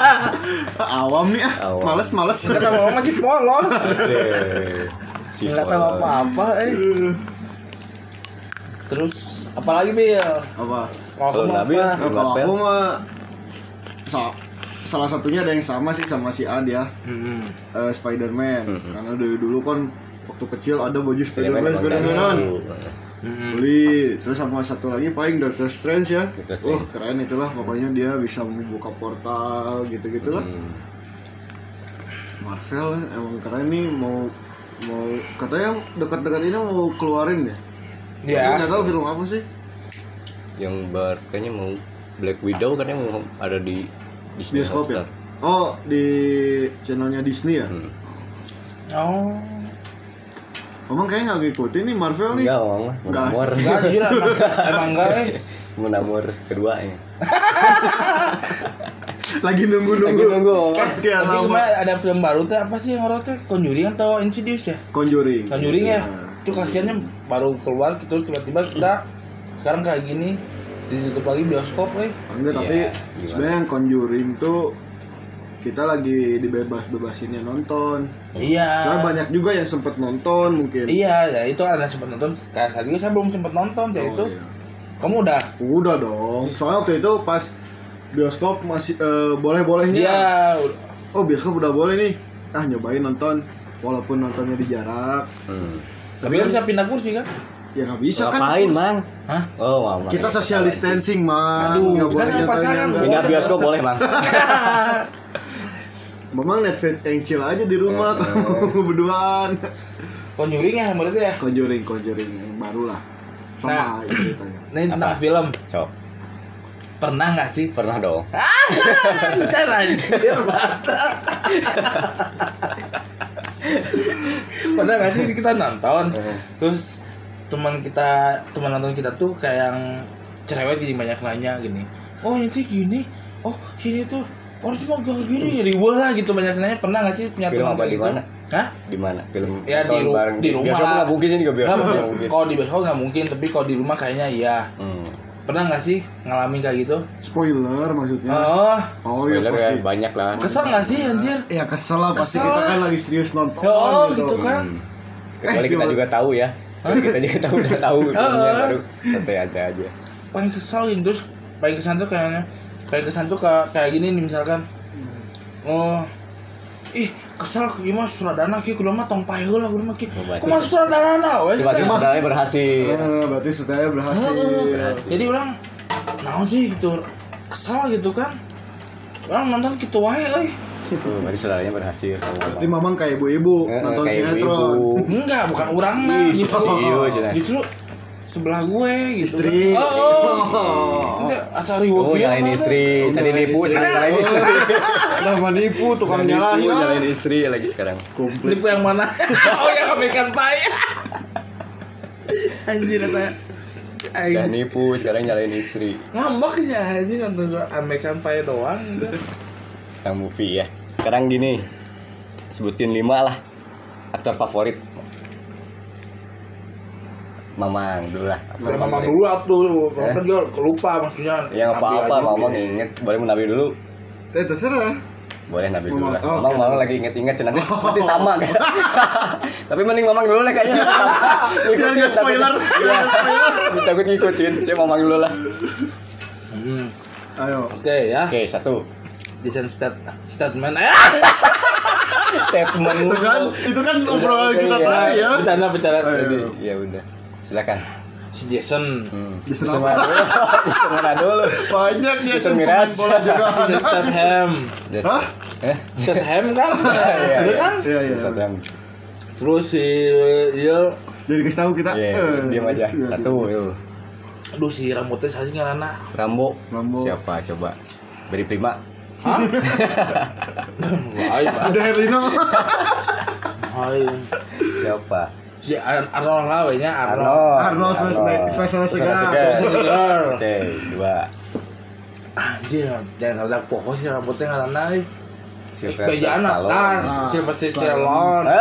D: [LAUGHS] Awam nih ah.
B: Awam.
D: Males males.
C: Kata mama masih polos.
B: Asik. Si
C: Enggak tahu
B: Thor.
C: apa-apa, eh. Terus apalagi Bil?
D: apa?
C: Kalau
B: Kalau
C: kamu
B: Nabil,
C: apa?
D: Nah, kalau aku mah sa- salah satunya ada yang sama sih sama si Ad ya.
C: Hmm.
D: eh, Spider-Man karena dari dulu kan waktu kecil ada baju
B: Spider-Man
D: Spider-Man
B: emang
D: Spider-Man
B: dulu.
D: beli terus sama satu lagi paling Doctor Strange ya
B: Doctor
D: wah
B: Strange.
D: keren itulah pokoknya dia bisa membuka portal gitu gitulah
B: Hmm.
D: Marvel emang keren nih mau mau katanya dekat-dekat ini mau keluarin ya Tapi
C: Ya.
D: nggak tahu film apa sih
B: yang bar kayaknya mau Black Widow katanya mau ada di Disney
D: bioskop ya
B: Hotstar.
D: oh di channelnya Disney ya
B: Hmm.
D: Iya.
C: Oh.
D: emang kayaknya nggak ngikutin nih Marvel nih
C: Iya.
B: Enggak, Bang.
D: Enggak.
B: Menamor.
C: Enggak anjir emang, emang enggak eh.
B: Menamor kedua ya.
D: lagi nunggu-nunggu
B: Lagi nunggu, Om.
D: Sekian- sekian
C: Tapi
D: lama
C: kemarin ada film baru tuh apa sih yang horor tuh? Conjuring atau Insidious ya?
D: Conjuring
C: Conjuring
D: Iya.
C: ya. Itu kasihannya baru keluar terus tiba-tiba kita sekarang kayak gini ditutup lagi bioskop eh.
D: Enggak, tapi
B: Iya, gimana?
D: sebenarnya yang Conjuring tuh kita lagi dibebas-bebasinnya nonton. Karena
C: Iya.
D: banyak juga yang sempat nonton mungkin.
C: Iya, ya itu ada sempat nonton. Kayak saya juga saya belum sempat nonton,
D: Oh,
C: saya itu.
D: iya.
C: Kamu udah?
D: Udah dong. Soalnya waktu itu pas bioskop masih eh, boleh-bolehnya.
C: Iya, udah.
D: Oh, bioskop udah boleh nih. Ah, nyobain nonton walaupun nontonnya di jarak.
B: Hmm.
C: Tapi kan bisa pindah kursi kan?
D: Ya nggak bisa
B: Ngapain,
D: kan.
B: Mang?
C: Hah?
B: Oh, Mang.
D: Kita social distancing, mah.
C: Aduh,
D: Nggak
C: kita
D: boleh
C: kan pasangan,
D: nyatanya.
B: Pindah bioskop boleh, Mang.
D: Memang Netflix yang chill aja di
C: Oh.
D: [LAUGHS] rumah kamu berduaan.
C: Conjuring ya menurut ya.
D: Conjuring, Conjuring yang baru lah. Sama
C: Nah.
D: ini ceritanya.
C: Ini tentang
B: Apa?
C: film.
B: Cok.
C: Pernah nggak sih?
B: Pernah dong.
C: Bentar anjir mata. Pernah nggak sih kita nonton? Terus teman kita teman nonton kita tuh kayak yang cerewet jadi banyak nanya gini. Oh ini tuh gini. Oh sini tuh. Oh itu mah gak gini riweuh lah gitu banyak nanya. Pernah nggak sih punya
B: Hmm. Film
C: teman
B: apa,
C: kayak
B: di
C: gitu?
B: mana?
C: Hah?
B: Di mana? Film
C: ya di,
B: nonton
C: ru-
B: bareng.
C: di rumah Nah,
B: Bioskop nggak mungkin sih di bioskop
C: Nggak
B: nggak
C: mungkin.
B: mungkin.
C: kalau di bioskop nggak mungkin tapi kalau di rumah kayaknya iya
B: Hmm.
C: pernah nggak sih ngalamin kayak gitu
D: Spoiler maksudnya.
C: oh
D: Oh, iya
B: Spoiler ya
D: pasti.
B: banyak lah.
C: kesel nggak sih anjir
D: Ya kesel lah pasti
C: Kesel
D: kita
C: lah.
D: kan lagi serius nonton
C: oh gitu kan
B: Hmm. Kecuali
D: Eh,
B: kita
D: gimana?
B: juga tahu ya. Kecuali kita juga tahu udah
C: [LAUGHS]
B: tahu filmnya
C: Ah.
B: baru santai aja aja.
C: paling kesal gitu terus paling kesan tuh kayaknya paling kesan tuh kayak kayak gini nih misalkan
B: Hmm.
C: oh ih kesal aku mah suradana kieu kudu mah tong paeul lah kudu mah kieu
B: Oh, berarti-
C: kumaha suradana we
B: Coba tuh
C: teh.
B: sebenarnya berhasil.
D: Eh, berarti setelahnya berhasil.
C: Oh,
B: Iya.
C: Heeh. jadi orang naon sih gitu kesal gitu kan orang nonton gitu wae euy
B: Tuh, Berarti saudaranya berhasil. Oh,
D: Berarti mamang kayak ibu-ibu
B: Eh,
D: nonton
B: kayak
D: sinetron.
B: ibu-ibu.
C: enggak bukan orang mah
B: Ih,
C: gitu
B: serius, ya.
C: justru sebelah gue gitu
D: Istri.
C: kan. oh,
D: Oh.
C: oh. asal riweuh
B: Oh,
C: pieu,
B: nyalain
C: mana?
B: istri. Tadi
D: Nyalain
B: nipu,
D: istri.
B: sekarang nyalain istri. [LAUGHS]
D: Udah menipu tukang
B: Nipu,
D: nyalahin. ah.
B: Nyalain istri lagi sekarang.
D: Komplit.
C: Tipe yang mana? [LAUGHS] oh yang American Pie. anjir kata
B: Udah
C: Aing
B: nipu, sekarang nyalain istri.
C: ngambek ya anjir nonton gua American Pie
B: [LAUGHS]
C: doang. udah.
B: Tentang movie ya. Sekarang gini. Sebutin lima lah aktor favorit. Mamang dulu lah. aktor
D: Iya,
C: Udah mamang
B: favorit.
C: dulu atuh, nonton jual kelupa maksudnya.
B: Yang Eh? Ya, apa-apa
C: Ambil aja,
B: Mamang
C: oke.
B: inget, boleh mau nabi dulu.
D: Eh terserah.
B: Boleh nabi dulu lah.
D: Mamang, oh,
B: Mamang
D: oke. Oh.
B: Mamang lagi inget-inget nanti pasti
D: [LAUGHS]
B: sama kan. Tapi mending Mamang dulu lah kayaknya. Jangan
D: Jangan Iya, spoiler.
B: Iya. [LAUGHS] Takut ngikutin. Coba Mamang dulu lah.
C: Hmm,
D: Ayo.
C: Oke ya,
B: Oke, satu.
C: Jason Stat Statement. Eh,
B: Statement.
D: Itu kan, itu kan obrolan
B: oke,
D: kita
B: Oh. iya.
D: tadi ya.
C: bercanda bercanda.
B: Jadi, ya udah. Silakan. [LAUGHS]
C: Si Jason.
B: Hmm.
D: Jason
B: Jason
D: apa?
B: Mraz- Jason Mraz dulu.
D: Banyak nih
B: Jason
D: Jason
B: Mraz.
D: pemain bola
B: [LAUGHS]
D: juga ada.
C: Statham.
B: Jason-
D: Hah?
B: Eh,
C: Statham kan?
B: [LAUGHS] iya,
C: Bener
B: iya.
C: kan?
D: Iya iya.
B: Satu yang
C: Terus si iya. dia
D: Jadi kasih tahu kita.
B: Iya,
D: eh,
B: diam aja.
D: iya.
B: Satu, yuk.
C: aduh si rambutnya saja ngarana.
B: Rambo.
D: Rambo.
B: Siapa coba? Beri prima.
C: Hah? Wah, iya.
D: Ada
C: [LAUGHS]
D: Herlino.
C: Hai.
B: Siapa?
C: Si Ar- Arnold lah wehnya Arnold.
B: Arnold.
D: Arnold Schwarzenegger.
B: Schwarzenegger.
C: Seger.
B: Oke, dua.
C: Anjir, jangan ada pokok sih rambutnya ngarana euy.
B: Sylvester
C: Bejaan
B: Stallone.
C: nah, Sylvester
D: Stallone.
C: Stallone.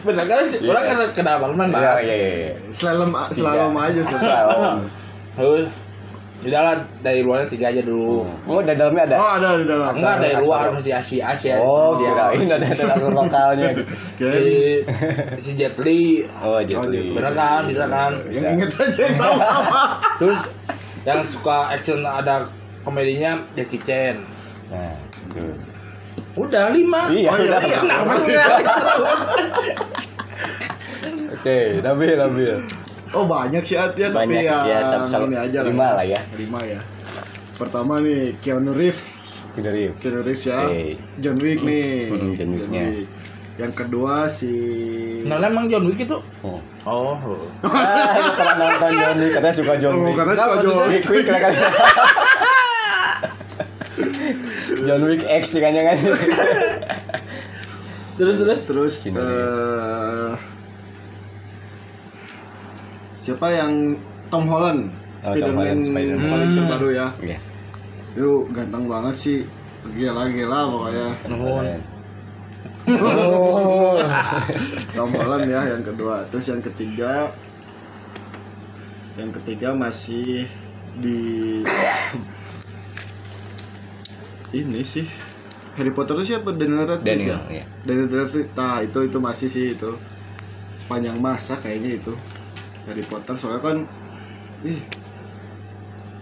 C: Bener kan? sih? Orang
B: Yes.
C: kan kena bangunan
B: Iya,
C: Pak.
B: iya, iya.
D: Slalom slalom aja sih.
B: Stallone.
C: Terus udah lah dari luarnya tiga aja dulu.
B: Oh, dari dalamnya ada.
D: Oh ada di dalam.
C: Enggak dari
B: Aktor-
C: luar
B: aktor.
C: masih Asia Asia.
B: Iya. Oh,
C: Asia.
D: iya.
B: kirain ada dari dalam lokalnya.
D: Kirain.
C: Si, si Jet Li.
B: Oh, Jet
D: Oh,
B: Li.
D: Jet Li.
C: Bener kan? Bisa kan?
D: Yang inget aja yang tahu apa.
C: Terus yang suka action ada komedinya Jackie Chan.
B: Nah, itu.
C: Udah
B: [LAUGHS]
C: lima.
B: Iya,
D: Oh iya.
B: udah.
D: iya.
C: Kenapa sih ngerti terus?
B: Oke, Nabil, Nabil.
D: Oh banyak sih Atia tapi
B: Banyak,
D: ya,
B: ya, sal- sal-
D: ini aja
B: lima lah ya.
D: Lima ya. Pertama nih Keanu Reeves.
B: Udah, Rif.
D: Keanu Reeves ya.
B: Oke.
D: John Wick nih.
B: Hmm, John Wick-nya.
D: Yang kedua si
C: Nah, emang John Wick itu?
B: Oh.
C: Oh.
B: Ah, ini pernah nonton John Wick, katanya suka John
D: Oh,
B: Wick.
D: karena suka
C: Kenapa
D: John
C: tuh,
D: Wick.
B: Wick Wick lah kan. [LAUGHS] John Wick X sih kan jangan.
C: Terus terus.
D: Terus
B: Keanu
D: eh, siapa yang Tom Holland?
B: Oh, Tom
D: Spider-Man
B: Holland, Spider-Man.
D: paling terbaru ya.
B: Iya.
D: Yuk ganteng banget sih. Gila-gila pokoknya.
C: Nuhun.
B: Eh,
D: Tom Holland ya yang kedua terus yang ketiga yang ketiga masih di ini sih Harry Potter itu siapa Daniel Radcliffe
B: Daniel,
D: ya?
B: iya.
D: Daniel Radcliffe nah itu itu masih sih itu sepanjang masa kayaknya itu Harry Potter soalnya kan ih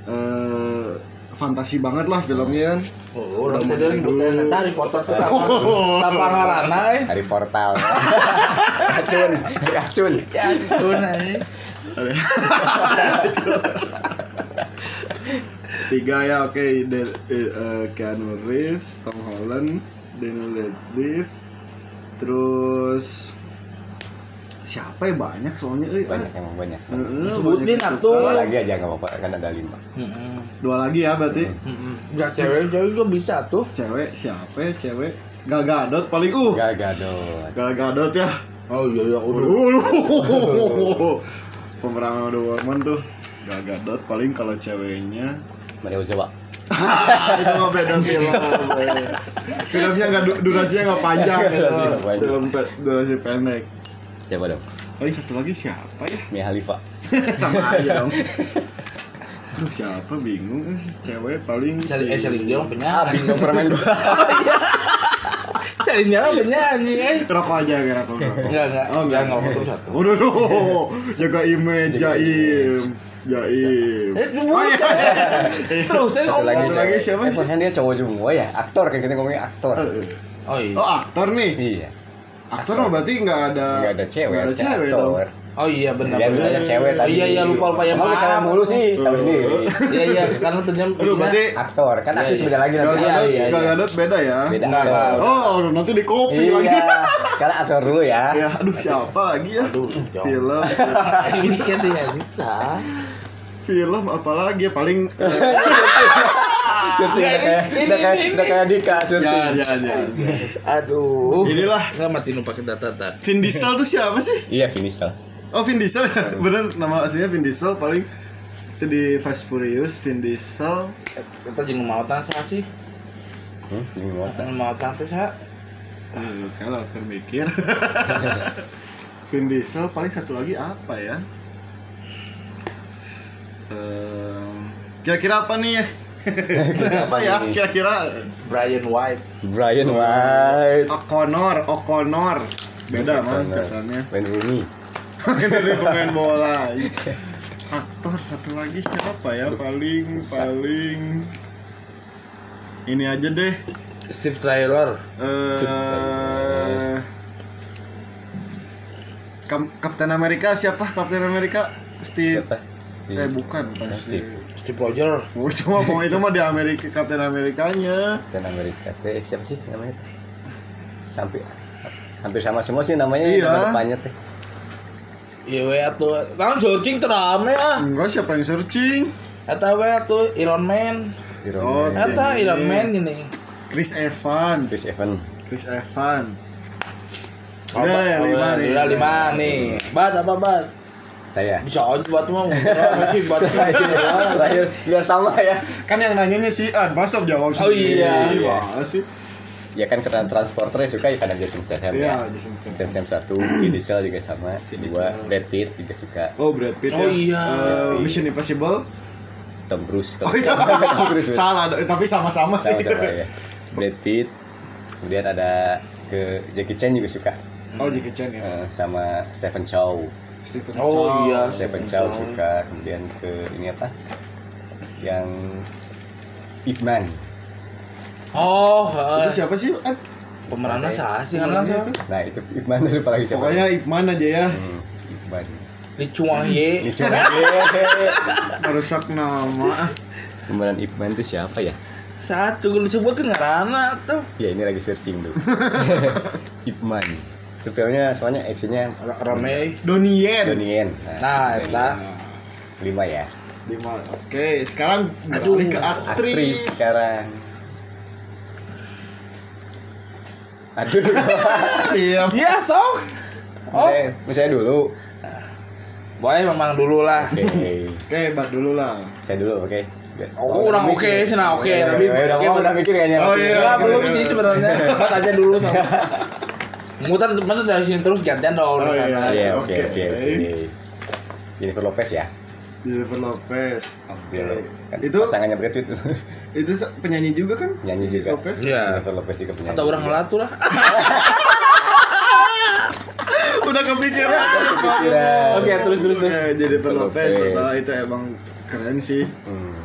D: eh fantasi banget lah filmnya kan
C: Oh, orang tadi yang bukan entah reporter tuh
B: [LAUGHS]
C: apa? Apa ngarana eh?
B: Dari portal. Racun, racun.
C: Ya, itu nih.
D: tiga ya oke Dan- eh, eh, Keanu Reeves Tom Holland Daniel Radcliffe terus siapa ya banyak soalnya eh,
B: Banyak emang banyak.
D: eh, eh,
C: Sebutin
D: banyak.
C: atuh.
B: Dua lagi aja nggak apa-apa kan ada lima.
C: Heeh.
D: dua lagi ya berarti
B: Hmm,
C: Heeh. Ya cewek cewek juga bisa tuh.
D: cewek siapa ya cewek Gal Gadot paling uh
B: Gal Gadot.
D: Gal Gadot ya
C: Oh iya iya udah.
D: Uh,
B: [LAUGHS]
D: lu. pemeran The Woman tuh Gal Gadot paling kalau ceweknya
B: Mario Zawa.
D: Ah, itu mah beda film filmnya nggak du- durasinya nggak panjang gitu.
B: Durasinya nggak panjang.
D: film pe- durasi pendek
B: Siapa dong? [LAUGHS]
D: oh ini satu lagi siapa ya
B: Mia Khalifa.
D: sama aja dong Aduh siapa bingung eh, cewek paling
C: Cari eh Celine Dion penyanyi.
B: Habis dong
C: [LAUGHS]
B: permen
C: Celine Dion penyanyi. eh.
D: rokok aja kayak rokok rokok.
C: Enggak, enggak.
D: oh enggak
C: Enggak, enggak, foto satu.
D: waduh duh. jaga image jaim jaim
C: Eh, cuma [LAUGHS] cewek. Terus saya
B: Satu lagi
D: Satu
C: ngomong.
B: cewek.
D: lagi siapa
B: Eh,
D: sih?
B: perasaan dia cowok semua ya Aktor kan kita ngomongnya aktor
C: Oh iya.
D: oh aktor nih
B: Iya
D: aktor mah berarti nggak ada
B: Gak ada cewek
D: nggak ada
B: harusnya
D: cewek dong
B: aktor
C: Oh iya benar.
B: Dia bilangnya cewek
C: Oh
B: tadi
C: iya iya lupa lupa ya
B: Emang
C: maaf.
B: kecewa mulu sih Tahu sendiri
C: [LAUGHS] Iya iya karena terjam
D: aduh berarti
B: Aktor kan artis beda lagi
D: Gal
B: nanti
C: Iya,
D: Gadot
C: iya, iya.
D: Gal Gadot beda ya
B: Beda
C: Enggak,
B: aktor
C: enggak.
D: oh nanti di kopi lagi [LAUGHS]
B: Iya Sekarang aktor dulu ya
D: ya aduh siapa lagi ya
C: Aduh, jauh.
D: [LAUGHS] film
C: [LAUGHS] ini kan dia bisa.
D: film apalagi ya paling
B: Searching udah kayak
C: Iya, Ini,
B: Udah kayak
C: ini,
B: udah kayak Dika searching
D: jangan jangan jangan
C: Aduh.
D: Uh, Inilah.
C: Enggak mati nu pakai data tadi.
D: Vin Diesel tuh siapa sih
B: Iya finish lah
D: Oh Vin Diesel ya? [LAUGHS] Bener nama aslinya Vin Diesel paling itu di Fast Furious Vin Diesel
C: Kita jeung mau tanya saya sih.
B: Hmm, ini mau.
C: Mau tanya saya.
D: Eh, kalau akan mikir [LAUGHS] Vin Diesel paling satu lagi apa ya Ehm, kira-kira apa nih ya [LAUGHS] apa ya kira-kira
C: Brian White.
B: Brian White
D: O'Connor O'Connor beda man kesannya [LAUGHS]
B: Ben Rooney
D: dari pemain bola aktor satu lagi siapa ya paling paling ini aja deh
C: Steve Tyler.
D: eh Kam- Kapten Amerika siapa Kapten Amerika Steve
B: Siapa?
D: eh
B: Steve.
D: bukan bukan Steve
C: Steve Roger.
D: Oh, cuma pemain itu mah di Amerika Kapten Amerikanya
B: dan Amerika teh siapa sih namanya teh? Sampai hampir sama semua sih namanya
D: Iya.
B: nama depannya teh.
C: Iya we atuh. Kan searching terame ah.
D: enggak siapa yang searching
C: Eta we atuh Iron Man.
B: Iron
D: Oh,
B: Man,
C: Eta Iron Man gini.
D: Chris Evans
B: Chris Evans,
D: Chris Evans udah ya lima nih
C: Udah Iya, lima nih. Bat apa bat?
B: saya.
C: Bisa aja bat mah. Ngobrol sih bat.
D: [LAUGHS] Iya.
B: Terakhir biar sama ya.
D: kan yang nanyanya si An masa jawab
C: Oh, iya.
D: Gimana sih
B: Ya kan karena transporter suka ya karena Jason Statham
D: iya
B: ya.
D: Jason
B: Jason
D: Statham
B: Statham satu, Vin Diesel juga sama,
D: Vin
B: dua,
D: Diesel.
B: Brad Pitt juga suka,
D: Oh Brad Pitt
C: Oh,
D: ya.
C: iya.
D: Eh, Mission Impossible.
B: Tom Cruise kalau
D: Oh iya.
B: Tom Cruise sama
D: Salah, dong. tapi sama-sama sih.
B: sama ya. Brad Pitt, kemudian ada ke Jackie Chan juga suka
D: Oh Jackie Chan ya.
B: Eh, sama Stephen Chow.
D: Stephen
C: Oh
D: Chow.
C: iya.
B: Stephen Chow suka kemudian ke ini apa yang Ip Man
C: Oh, eh,
D: Itu siapa Iya. sih? Eh,
C: pemerannya sah sih kan langsung.
B: nah itu Ip Man [LAUGHS] itu apalagi siapa
D: pokoknya Iqman aja ya.
B: Hmm, Ip Man
C: Di Cuang Ye.
B: ini
D: Iya.
B: cuma [LAUGHS] Iya.
D: Merusak nama. Ah,
B: pemeran Ip Man itu siapa ya
C: Satu gue disebutkan ngarana tuh.
B: ya ini lagi searching dulu Ip Man itu filmnya soalnya actionnya
C: Ra- Rame.
D: Donnie Yen.
B: Donnie Yen
C: Nah,
B: Donnie
C: eta.
B: Yen. lima ya
D: Lima. Oke, sekarang beralih ke aktris.
B: aktris sekarang aduh
D: Iya.
C: Iya, sok. Oh,
B: Misalnya- misalnya dulu
C: boleh memang dulu lah.
B: oke
D: Oke, bat dulu lah.
B: saya dulu oke
C: Oh, orang oke, sih nah oke, tapi
B: Tapi udah
C: oke,
B: ngomong, udah
C: udah
B: mikir kayaknya.
D: Oh, iya.
C: Enggak belum sih
D: [LAUGHS]
C: sebenarnya. Mas aja dulu sama. Mutan masa dari sini terus gantian dong.
D: Oh,
C: di sana.
D: iya.
B: Iya, oke,
D: Oke.
B: oke, oke. Jennifer Lopez ya.
D: Jennifer Lopez. Oke.
B: Kan
D: Itu
B: pasangannya Brad Pitt. [LAUGHS]
D: itu se- penyanyi juga kan?
B: Nyanyi
D: Si
B: juga.
D: Lopez.
C: Iya.
B: Jennifer Lopez juga penyanyi.
C: Atau orang ngelatu lah.
D: Udah
B: Iya.
D: kepikiran.
B: Kepikiran.
C: Oke, terus terus terus.
D: Eh, Jennifer Lopez.
B: Lopez.
D: pertama itu emang keren sih.
B: Hmm.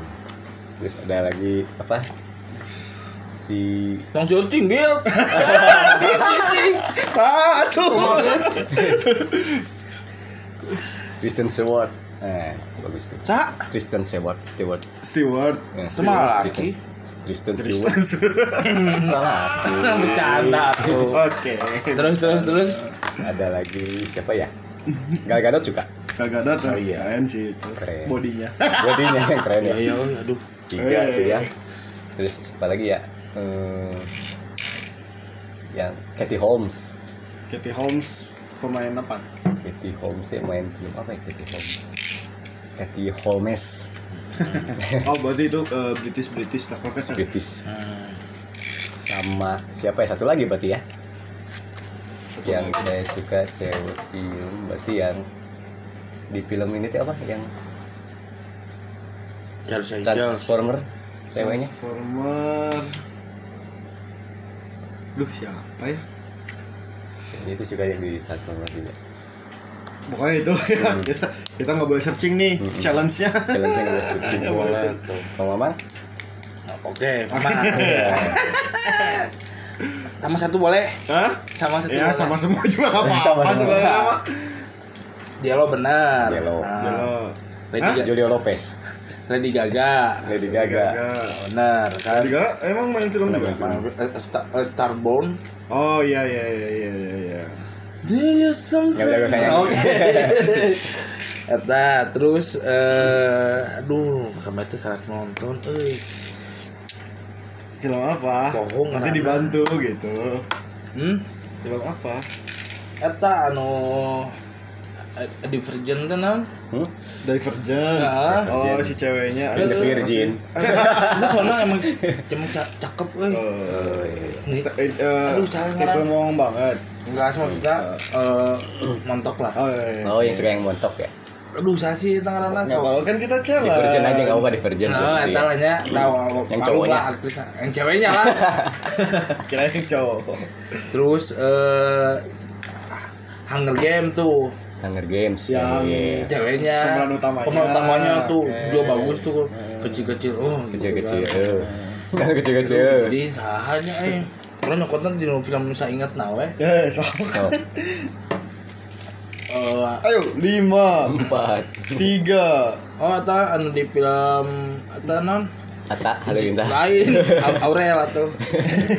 B: Terus ada lagi apa? Si
C: Yang searching dia.
D: Aduh.
B: Kristen Stewart. Eh, bagus tuh.
C: Sa,
B: Kristen Stewart, Stewart.
D: Steward.
B: Eh,
C: Sama
B: Stewart,
C: laki.
B: Kristen Kristen Stewart. Salah.
C: bercanda tuh.
D: Oke.
C: Terus terus terus.
B: Terus Ada lagi siapa ya? Gal Gadot juga.
D: Kagak ada tuh.
C: Oh, iya.
D: Keren sih itu.
B: Keren.
D: Bodinya.
B: Bodinya yang keren
C: Iya,
B: ya.
C: iya, iya, aduh.
B: tiga
D: Eh.
B: tuh ya terus apa lagi ya Eh, yang Katie Holmes
D: Katie Holmes pemain apa?
B: Katie Holmes dia main film apa ya Katie Holmes Katie Holmes
D: Oh berarti itu eh, British British lah Nah. Pokoknya sama-
B: British sama siapa ya satu lagi berarti ya yang saya suka cewek film berarti yang di film ini teh apa yang
C: Charles Angels
B: Transformer ceweknya
D: Transformer Duh siapa ya
B: itu juga yang di Transformer juga
D: Pokoknya itu [LAUGHS] ya Kita kita nggak boleh searching nih Challenge-nya
B: challenge [LAUGHS] yang gue subsidi Bang Mamang
C: Oke sama
B: Ya. Nah,
C: Sama satu boleh
D: Hah?
C: Sama satu
D: Ya
C: boleh.
D: sama semua juga nggak
B: Sama
D: apa-apa
B: semua.
D: sebenarnya nama
C: Dialog benar
B: Dialog.
C: Nah,
D: Halo
C: Lady, Ga-
B: Julio Lopez
C: Lady Gaga
B: Lady Gaga
C: Benar kan
D: Lady Gaga Ya, emang main film juga?
C: Eh, eh, Star- eh, Starborn
D: Oh iya iya iya iya iya iya
C: Do you something
B: Ya udah, gak usah nyanyi.
C: [LAUGHS] Eta terus eh aduh kemarin tuh karak nonton euy.
D: Film apa?
C: Bohong,
D: Nanti
C: Rana.
D: dibantu gitu
C: Hmm?
D: Film apa?
C: Eta anu eh, Divergent teh naon?
B: hmm?
D: Divergent
C: Ah.
D: Oh si ceweknya
B: The
D: ada
B: Virgin
C: Lu soalnya emang emang ca- cakep euy.
D: Eh,
B: Oh, iya.
C: Ini-
D: sta- eh, eh,
C: Aduh, salah
D: Tipe
C: ngarang.
D: ngomong banget
C: Enggak asal kita eh montok lah.
D: Oh iya iya
B: oh yang suka yang montok ya
C: Aduh saya sih eta ngaranna
D: Nggak
C: sok.
D: apa-apa, kan kita challenge
B: Divergent aja nggak apa-apa Iya. Divergent
C: Nah, eta lah nya tahu
B: ya. Yang cowoknya.
C: lah aktris yang ceweknya lah.
D: [LAUGHS] Kirain cowok
C: Terus eh Hunger Game tuh
B: Hunger Games
D: Yang-
B: iya.
C: ceweknya
D: Pemeran utamanya.
C: pemeran utamanya tuh
D: Oke.
C: dia bagus tuh kecil-kecil oh gitu
B: kecil-kecil
C: kan.
B: eh. kan kecil-kecil
C: Aduh, jadi sahanya eh kalau nyokotnya di film saya ingat nawe
D: Ya sama
B: Oh,
C: Eh,
D: Ayo lima
B: empat
D: Tiga
C: oh eta anu di film eta non
B: Ata Halilintar
C: lain Au- Aurel atau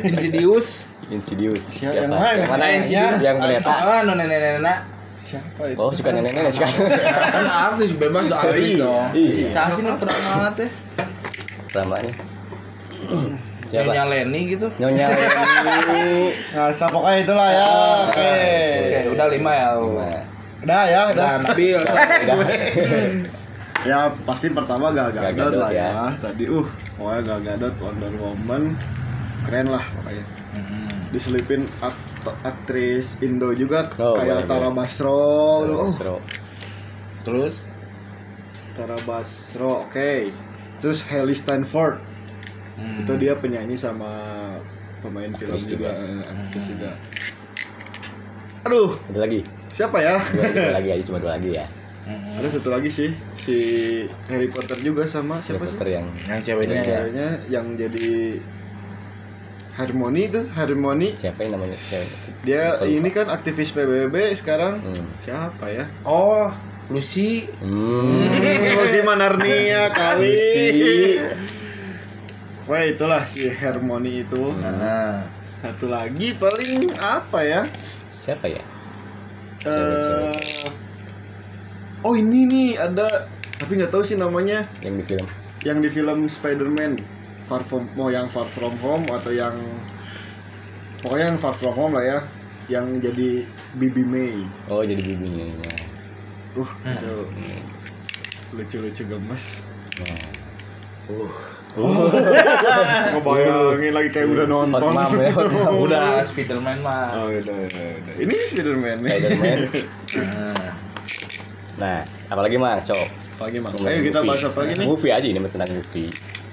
C: Insidious
B: Insidious
D: Siapa yang main?
B: mana
D: Yang
B: Insidious yang kereta
C: ah anu nenek-nenek
D: Siapa itu?
B: oh suka nenek-nenek sekarang
C: kan artis bebas dong artis
D: Iya,
C: dong
B: iya.
C: saya sih nih pernah banget ya
B: Ramanya
C: Nyonya
B: Siapa?
C: Leni gitu
B: Nyonya Leni
D: Nggak pokoknya Nah, itulah ya Oke
C: oke udah lima ya
B: Nah,
D: Udah ya udah
C: dan Nabil
D: Ya pasti pertama gak
B: Gal
D: gadot
B: Gadot
D: lah
B: ya.
D: ya. Tadi uh pokoknya gak gadot Wonder Woman keren lah pokoknya.
B: Mm-hmm.
D: Diselipin akt- aktris Indo juga
B: Oh, boleh,
D: kayak Tara
B: boleh.
D: Basro. Oh,
B: seru.
C: terus
D: Tara Basro, oke. Terus Haley Stanford. Itu dia penyanyi sama pemain film
B: Mm. Aktris
D: juga,
B: juga. Mm.
D: eh, aktris juga. Aduh,
B: Ada lagi?
D: siapa ya?
B: Dua, dua lagi aja cuma dua lagi ya.
D: Ada satu lagi sih, si Harry Potter juga sama siapa sih?
B: Reporter yang
C: yang
B: iya.
C: ceweknya ya
D: ceweknya yang jadi harmoni itu harmoni
B: siapa yang namanya cewek itu?
D: dia
B: Lupa.
D: ini kan aktivis PBB sekarang
B: Hmm.
D: siapa ya
C: oh Lucy
B: Hmm.
D: Lucy
B: [LAUGHS]
D: Manarnia kali
B: Lucy.
D: Wah itulah si harmoni itu
C: nah
D: satu lagi paling apa ya
B: Siapa ya?
D: Eh,
B: Cewek-cewek
D: oh ini nih ada tapi nggak tahu sih namanya
B: yang di film.
D: yang di film Spider-Man Far From mau yang Far From Home atau yang pokoknya yang Far From Home lah ya yang jadi Bibi May
B: Oh jadi bibinya.
D: uh
B: Hmm.
D: itu lucu-lucu gemes
B: Hmm. Uh. [LAUGHS]
D: uh ngebayangin lagi kayak udah nonton
B: Hot mom ya, hot mom.
C: [LAUGHS] udah Spiderman mah
D: oh udah, udah, udah. ini Spider-Man nih
B: Spider-Man. Nah, apalagi mah, cok.
D: pagi mang ayo kita bahas apa lagi nih
B: Movie aja ini mah tentang movie.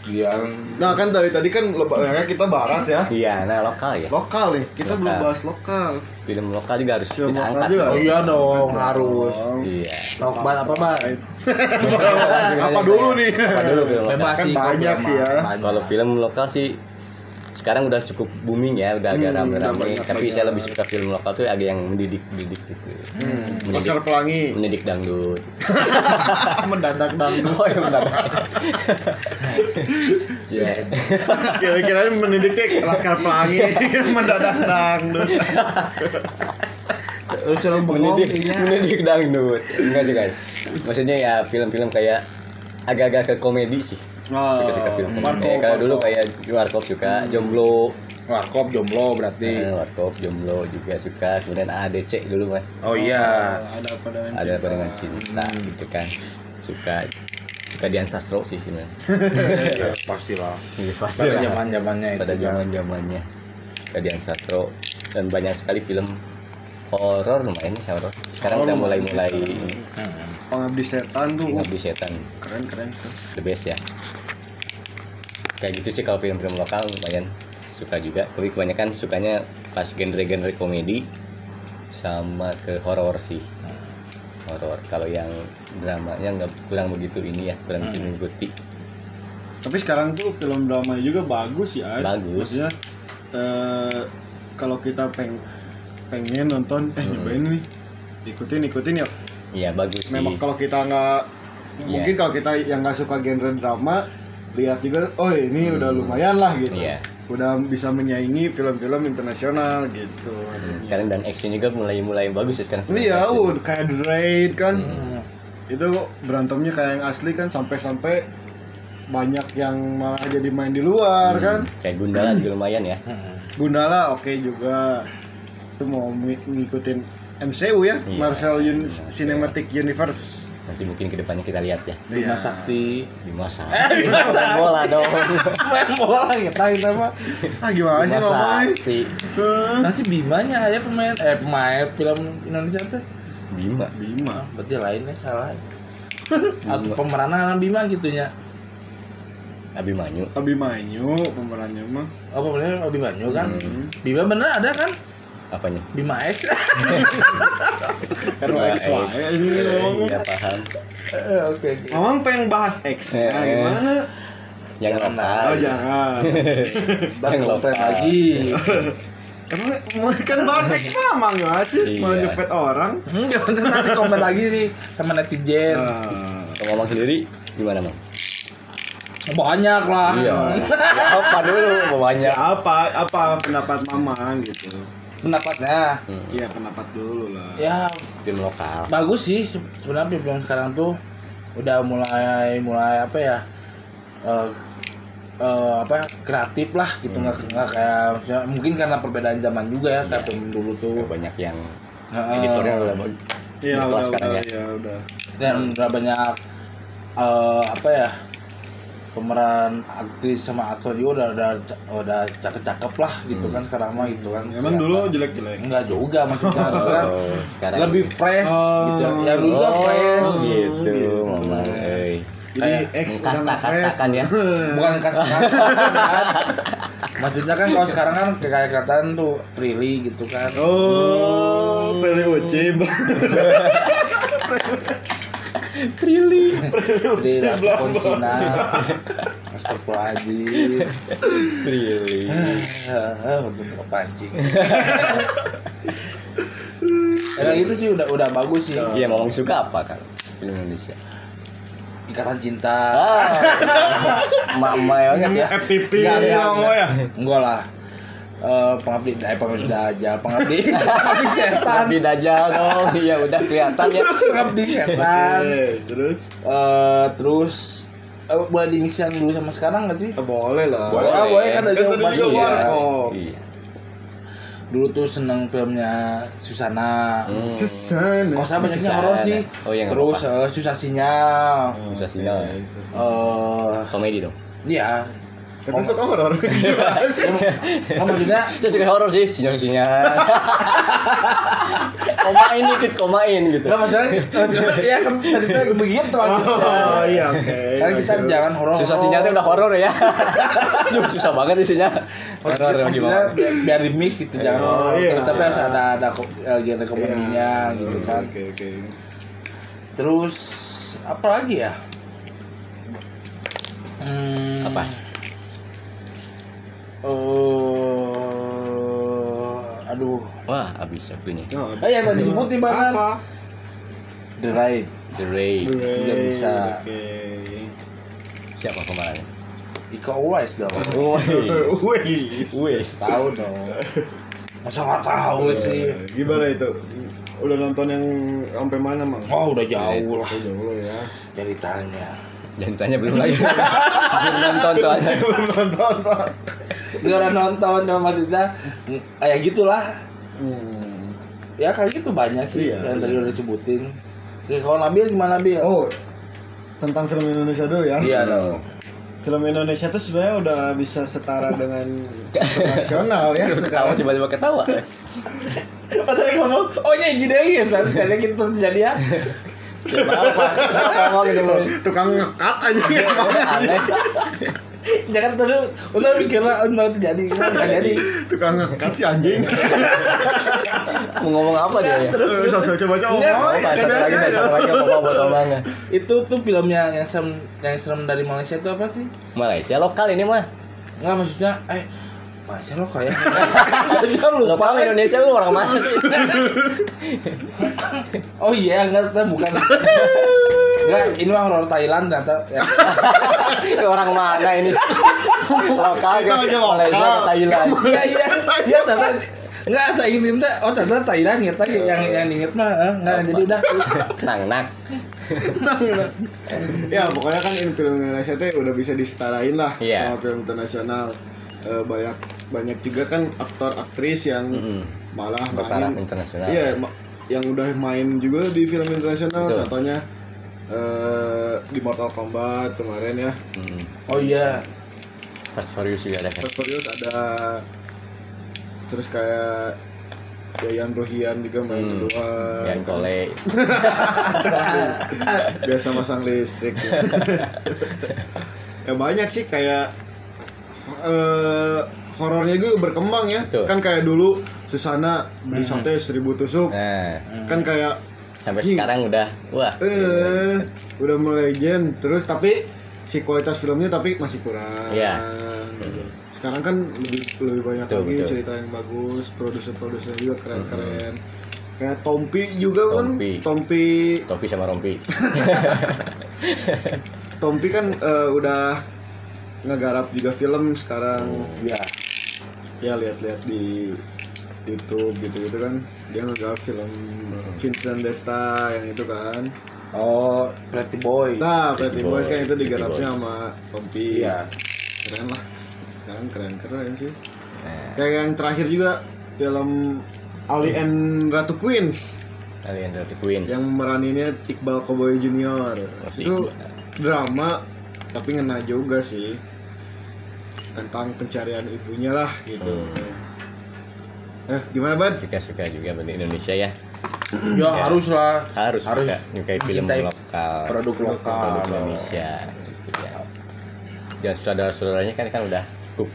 C: yang
D: nah kan dari tadi kan lebarannya kita barat ya
B: Iya, nah lokal ya.
D: lokal nih kita belum
B: Lokal.
D: bahas lokal
B: Film lokal juga harus
D: Film
B: kita
D: lokal
B: angkat.
D: juga.
C: oh iya dong harus
D: Oh.
B: Iya.
C: Lokban apa pak [LAUGHS]
D: apa dulu nih
B: Apa dulu film lokal?
C: bebas
D: Kan
C: sih
D: banyak sih ya.
C: kalau film, banyak.
B: iya. Kalau film lokal sih sekarang udah cukup booming ya, udah agak
D: Hmm, udah
B: rame-rame.
D: banyak
B: Tapi
D: banget.
B: saya lebih suka film lokal tuh agak yang mendidik-didik gitu. Mendidik,
D: Pasar
B: [LAUGHS]
D: Pelangi
B: mendidik dangdut.
D: mendadak dangdut
B: Oh ya
D: [LAUGHS]
B: benar. [LAUGHS] Iya.
D: kira-kira mendidik kayak laskar pelangi [LAUGHS] mendadak dangdut
C: lu cuma bengong
B: Mendidik,
C: kayaknya.
B: mendidik dangdut. Enggak sih guys. Maksudnya ya film-film kayak agak-agak ke komedi sih. Suka-suka film komedi. Kayak kalau dulu kayak Ah, Warkop Hmm. suka, Jomblo,
C: warkop jomblo berarti
B: eh, Warkop, Jomblo juga suka. Kemudian ADC dulu mas.
C: oh iya Hmm,
D: ada apa dengan
B: ada apa dengan
C: Nah.
B: cinta gitu kan suka suka Dian Sastro sih gimana
C: ya, pastilah
B: Iya, pasti
C: pada zaman zamannya itu
B: pada
C: kan.
B: zaman zamannya suka Dian Sastro dan banyak sekali film horor lumayan Hmm. sih horor sekarang
D: Horor
B: udah mulai
C: Hmm.
D: lumayan.
B: mulai
D: Ngabdi Setan tuh uh,
B: Ngabdi Setan
D: keren keren keren.
B: the best ya kayak gitu sih kalau film-film lokal lumayan suka juga tapi kebanyakan sukanya pas genre-genre komedi sama ke horor sih horor kalau yang dramanya nggak kurang begitu ini ya kurang mengikuti
D: Tapi sekarang tuh film dramanya juga bagus ya. Ad.
B: Bagus.
D: Maksudnya eh, kalau kita peng pengen nonton eh
B: Hmm.
D: nyobain nih ikutin ikutin ya.
B: iya bagus sih
D: Memang kalau kita nggak
B: Iya.
D: mungkin kalau kita yang nggak suka genre drama lihat juga oh ini udah lumayan lah gitu.
B: Hmm. Iya.
D: Udah bisa menyaingi film-film internasional gitu.
B: sekarang dan action juga mulai mulai bagus ya sekarang
D: Iya, uh, kayak The Raid kan. Itu berantemnya kayak yang asli kan sampai-sampai banyak yang malah jadi main di luar kan.
B: kayak Gundala juga lumayan ya
D: Gundala oke juga. Itu mau ng- ngikutin MCU ya, Marvel Un- Cinematic Universe.
B: nanti mungkin kedepannya kita lihat ya
C: Bima Sakti
B: di masa
C: Iya. Eh, Bima Sakti.
B: bola dong
C: main bola ya, kita kita mah
D: Ah gimana sih
B: masa
D: ngomong ini?
B: si
D: Eh,
C: nanti Bimanya aja pemain eh pemain film Indonesia tuh Ah,
B: Bima
D: Bima.
C: berarti lainnya [LAUGHS] salah atau pemeranan Bima gitu ya. gitunya
B: Abimanyu
D: Abimanyu pemerannya mah.
C: oh pemerannya Abimanyu kan Bima bener ada kan
B: apanya
C: Bima X
D: Karena X
B: X.
D: lah. Ya, ini ngomong.
B: Iya paham
C: [LAUGHS] Eh, oke oke
D: Mamang pengen bahas X. Nah,
B: Eh.
D: gimana?
B: yang
C: Jangan
B: lokal
D: Oh
C: [LAUGHS]
D: jangan. [LAUGHS]
C: Ntar
B: Yang
C: komplain
B: lokal.
C: lagi
D: Iya. Emang emang kan bahas X mamang gimana sih? Mau
B: Iya.
D: nyepet orang.
C: enggak nanti Hmm, nanti komen lagi sih sama netizen
D: Ah.
B: Kalau ngomong sendiri gimana mang?
C: banyak lah
B: Ya, apa dulu bawahnya?
D: Ya, apa apa pendapat mamang gitu
C: pendapatnya
D: Iya pendapat dulu lah
C: ya
B: Film lokal.
C: bagus sih se- sebenarnya film sekarang tuh udah mulai mulai apa ya eh eh, apa ya, kreatif lah gitu
B: Hmm.
C: nggak nggak kayak maksudnya- mungkin karena perbedaan zaman juga ya
B: Iya.
C: kayak film dulu tuh
B: Banyak yang
C: Heeh.
B: editornya udah
C: Ah.
B: bagus.
D: Iya
B: Kelas
D: udah udah
B: sekarang ya.
D: ya udah
C: dan udah banyak eh apa ya pemeran aktris sama aktor juga udah udah udah cakep cakep lah gitu
B: Hmm.
C: kan sekarang mah gitu kan
D: emang dulu jelek jelek
C: enggak juga
B: [LAUGHS]
C: maksudnya kan
B: Oh, sekarang
C: lebih fresh gitu yang dulu kan
B: Oh,
C: fresh
B: gitu, mamang.
C: Ah.
B: Eh,
D: jadi
B: Kayak
D: X udah nggak fresh
B: kasta-kastakan ya.
C: bukan
B: [LAUGHS]
C: kas maksudnya kan kalau sekarang kan kayak kelihatan tuh Prilly gitu kan
D: oh pilih ucim
B: Trilly.
C: Prilly ataupun Cina Astagfirullahaladzim
B: Trilly.
C: Eh, untuk
B: [LAUGHS]
C: kepancing Kayak gitu sih udah udah bagus sih
B: Iya, mamang suka apa kan? Film Indonesia.
C: Ikatan cinta [LAUGHS]
B: Ah, mama banget ya.
D: [LAUGHS]
C: iya.
D: FTP
C: Nggak, nggak,
D: yang
C: nggak.
D: ya
C: Enggak lah Eh, pengabdi eh, pengabdi aja
B: [LAUGHS]
C: pengabdi pengabdi setan
B: Tapi dajal dong. Iya, udah
C: [LAUGHS]
B: kelihatan ya.
C: pengabdi setan
D: Eh, terus
C: Eh, terus eh, boleh di mix yang dulu sama sekarang gak sih?
D: Eh, boleh lah
B: Boleh.
C: Ah, boleh kan ada
D: Kan
C: yang
D: tadi
C: baru
D: juga
C: ya.
D: warkop
B: Iya.
C: Dulu tuh seneng filmnya Susana.
D: Hmm. sesana
C: Kalau saya banyaknya
B: Susana.
C: horor sih.
B: Oh, iya, nggak
C: Terus eh, susah sinyal.
D: Hmm.
B: Bisa sinyal.
C: iya, Eh,
B: Komedi dong.
D: [LAUGHS]
C: iya.
D: tapi suka horor Gimana sih?
C: Oh, maksudnya
B: Itu suka horor sih, sinyal-sinyal. [LAUGHS] komain dikit, komain gitu.
C: Nah, maksudnya,
D: [LAUGHS]
C: maksudnya ya kan tadi tuh begitu maksudnya.
D: [LAUGHS] oh iya oke
C: Kan kita
D: Oke.
C: jangan horor.
B: Susah sinyalnya udah horor [LAUGHS] ya. Oh, iya, Duh, Oh, susah banget isinya. Horor
C: Maksudnya,
B: gimana?
C: biar, biar di mix gitu jangan
D: Oh,
C: horor.
D: iya.
C: Terus tapi harus ada ada ko- eh, genre komedinya gitu kan.
D: oke oke
C: Terus apa lagi ya? Hmm,
B: Apa?
C: eh, aduh.
B: Wah, habis waktunya.
D: Oh,
C: Eh yang tadi disebutin bahkan
D: apa
C: The Raid.
B: The Raid.
C: Tidak bisa.
D: oke
B: Siapa kemarin?
C: Iko Uwais dong.
B: Woi.
D: Wih,
B: Wih.
C: tahu dong. Masa nggak tahu sih?
D: Gimana itu? Udah nonton yang sampai mana, Mang?
C: Oh udah jauh lah.
D: Oh, jauh lo ya.
C: ceritanya.
B: Jangan tanya belum lagi. [LAUGHS] belum nonton soalnya.
D: Belum nonton soalnya.
C: Gak ada nonton dong maksudnya mm, kayak gitulah.
D: Hmm.
C: Ya kayak gitu banyak sih
D: Iya,
C: yang tadi udah disebutin. Oke, kalau Nabil gimana Nabil?
D: Oh, tentang film Indonesia dulu ya.
C: iya dong.
D: Film Indonesia tuh sebenarnya udah bisa setara dengan internasional ya.
B: Ketawa
D: sekarang.
B: tiba-tiba ketawa.
C: iya, Oh tadi kamu, oh ya jadi ya, tadi tadi kita terjadi ya.
B: Kenapa? Kenapa gitu?
D: tukang ngekat aja
B: Aneh.
C: Jangan terlalu udah mikir lah udah terjadi kan, nggak jadi.
D: tukang ngekat si anjing
B: Mau ngomong apa dia ya?
C: Terus
D: Eh, coba coba coba
C: Enggak,
B: Oh,
D: Oi,
B: satu lagi,
D: kebiasaan
B: satu
D: ya.
B: lagi apa buat omongnya?
C: itu tuh filmnya yang serem yang serem dari Malaysia itu apa sih?
B: Malaysia lokal ini mah.
C: Enggak maksudnya eh Malaysia lo kayak
B: Iya, Kan Lokal Indonesia lu orang mana [LAUGHS] sih?
C: Oh iya, enggak ternyata bukan. Enggak, ini mah horor Thailand ternyata. Ya.
B: Lu orang mana ini? Lokal kan?
D: Kita aja lokal.
B: Malaysia ke [LAUGHS] Thailand.
C: Iya [LAUGHS] iya. Iya ternyata enggak saya ingin minta oh ternyata Thailand ya tadi yang yang diinget mah eh, enggak jadi udah.
B: Nang nak.
D: ya pokoknya kan in- film Indonesia teh udah bisa disetarain lah
B: Iya.
D: sama film internasional Eh, banyak banyak juga kan aktor aktris yang malah
B: Bertaraf
D: main
B: internasional.
D: iya ma- yang udah main juga di film internasional
B: Betul.
D: contohnya eh, di Mortal Kombat kemarin ya
B: Hmm.
C: [LAUGHS] Oh iya.
B: Fast Furious juga ada kan.
D: Fast Furious ada terus kayak Yayan Rohian juga main
B: Hmm.
D: kedua
B: Yang kole.
D: biasa masang
B: [LAUGHS]
D: listrik ya banyak sih kayak eh horornya gue berkembang ya
B: Betul.
D: kan kayak dulu Susana beli sate seribu tusuk
B: Nah,
D: kan kayak
C: Iya.
B: sampai
D: Ih.
B: sekarang udah wah.
D: eh udah melegend terus tapi si kualitas filmnya tapi masih kurang
B: Iya.
D: sekarang kan lebih lebih banyak
B: Betul,
D: lagi
B: betul.
D: cerita yang bagus produser-produser juga keren-keren kayak Tompi juga
B: Hmm. Tompi.
D: kan Tompi
B: Topi sama rompi.
D: Tompi kan eh, udah ngegarap juga film sekarang
C: Iya.
D: ya lihat-lihat di YouTube gitu-gitu kan dia ngegarap film Vincent Desta yang itu kan
C: Oh, Pretty Boy.
D: nah Pretty Boys kan itu
B: Boys,
D: digarapnya
B: Pretty
D: sama Tompi
C: Iya.
D: keren lah sekarang keren-keren sih
B: Nah,
D: kayak yang terakhir juga film Ali and Ratu Queens
B: kalian dari Queens.
D: yang meraninnya Iqbal Koboy Junior
B: Masih
D: itu
B: Iqbal.
D: drama tapi ngena juga sih tentang pencarian ibunya lah gitu eh gimana ban
B: suka-suka juga benda Indonesia ya.
C: Ya harus lah.
B: Harus,
C: harus
B: suka menyukai film
C: mencintai
B: lokal.
C: Produk lokal.
B: produk Indonesia gitu ya. Dan saudara-saudaranya kan kan udah cukup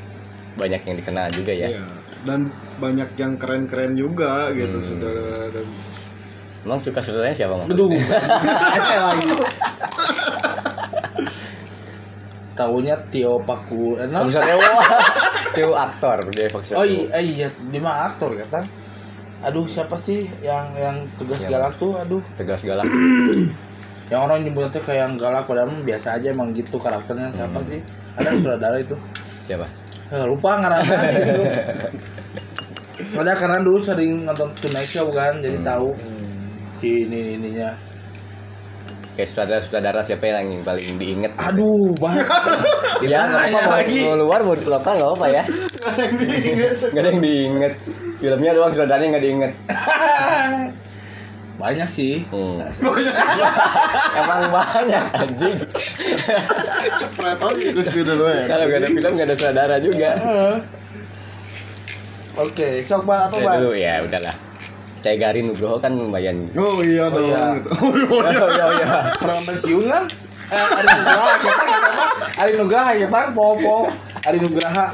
B: banyak yang dikenal juga ya.
D: Iya. dan banyak yang keren-keren juga gitu saudara dan
B: Emang suka saudaranya siapa Mang?
C: [LAUGHS] Aduh. Ada lagi. Taunya Tio Paku. Eh,
B: Kamu
C: nah.
B: Tewo. Tewo aktor dia
C: Oh iya, iya, dia mah aktor kata. Aduh, siapa sih yang yang tugas
B: Yang-
C: galak tuh? Aduh,
B: Tegas galak.
C: yang orang nyebutnya tuh kayak yang galak padahal mah biasa aja emang gitu karakternya siapa sih? Ada saudara itu.
B: siapa?
C: Eh, lupa [LAUGHS] ngarana gitu. Padahal karena dulu sering nonton Tonight Show kan, jadi tahu Hmm. si ini ininya.
B: Kayak saudara-saudara siapa yang paling diinget?
C: Aduh, banyak.
B: Ya, nggak apa-apa mau- mau luar mau di lokal nggak apa-apa ya. Nggak ada yang diinget. Filmnya doang saudaranya nggak diinget.
C: banyak sih.
B: Hmm. Emang banyak anjing.
D: Pretor gitu sih gitu loh ya
B: Kalau nggak ada film nggak ada saudara juga.
C: Eh. Oke, sok Bang, apa
B: Ya
C: bang? [LAUGHS]
B: dulu ya udahlah. Kayak Garin Nugroho kan lumayan.
D: oh iya dong
C: iya.
D: gitu. [LAUGHS] oh, iya.
B: Oh, iya, iya.
C: Pernah pensiun kan? Eh, Ari Nugraha, kita Ari Nugraha, ya, kita popo. Ari Nugraha,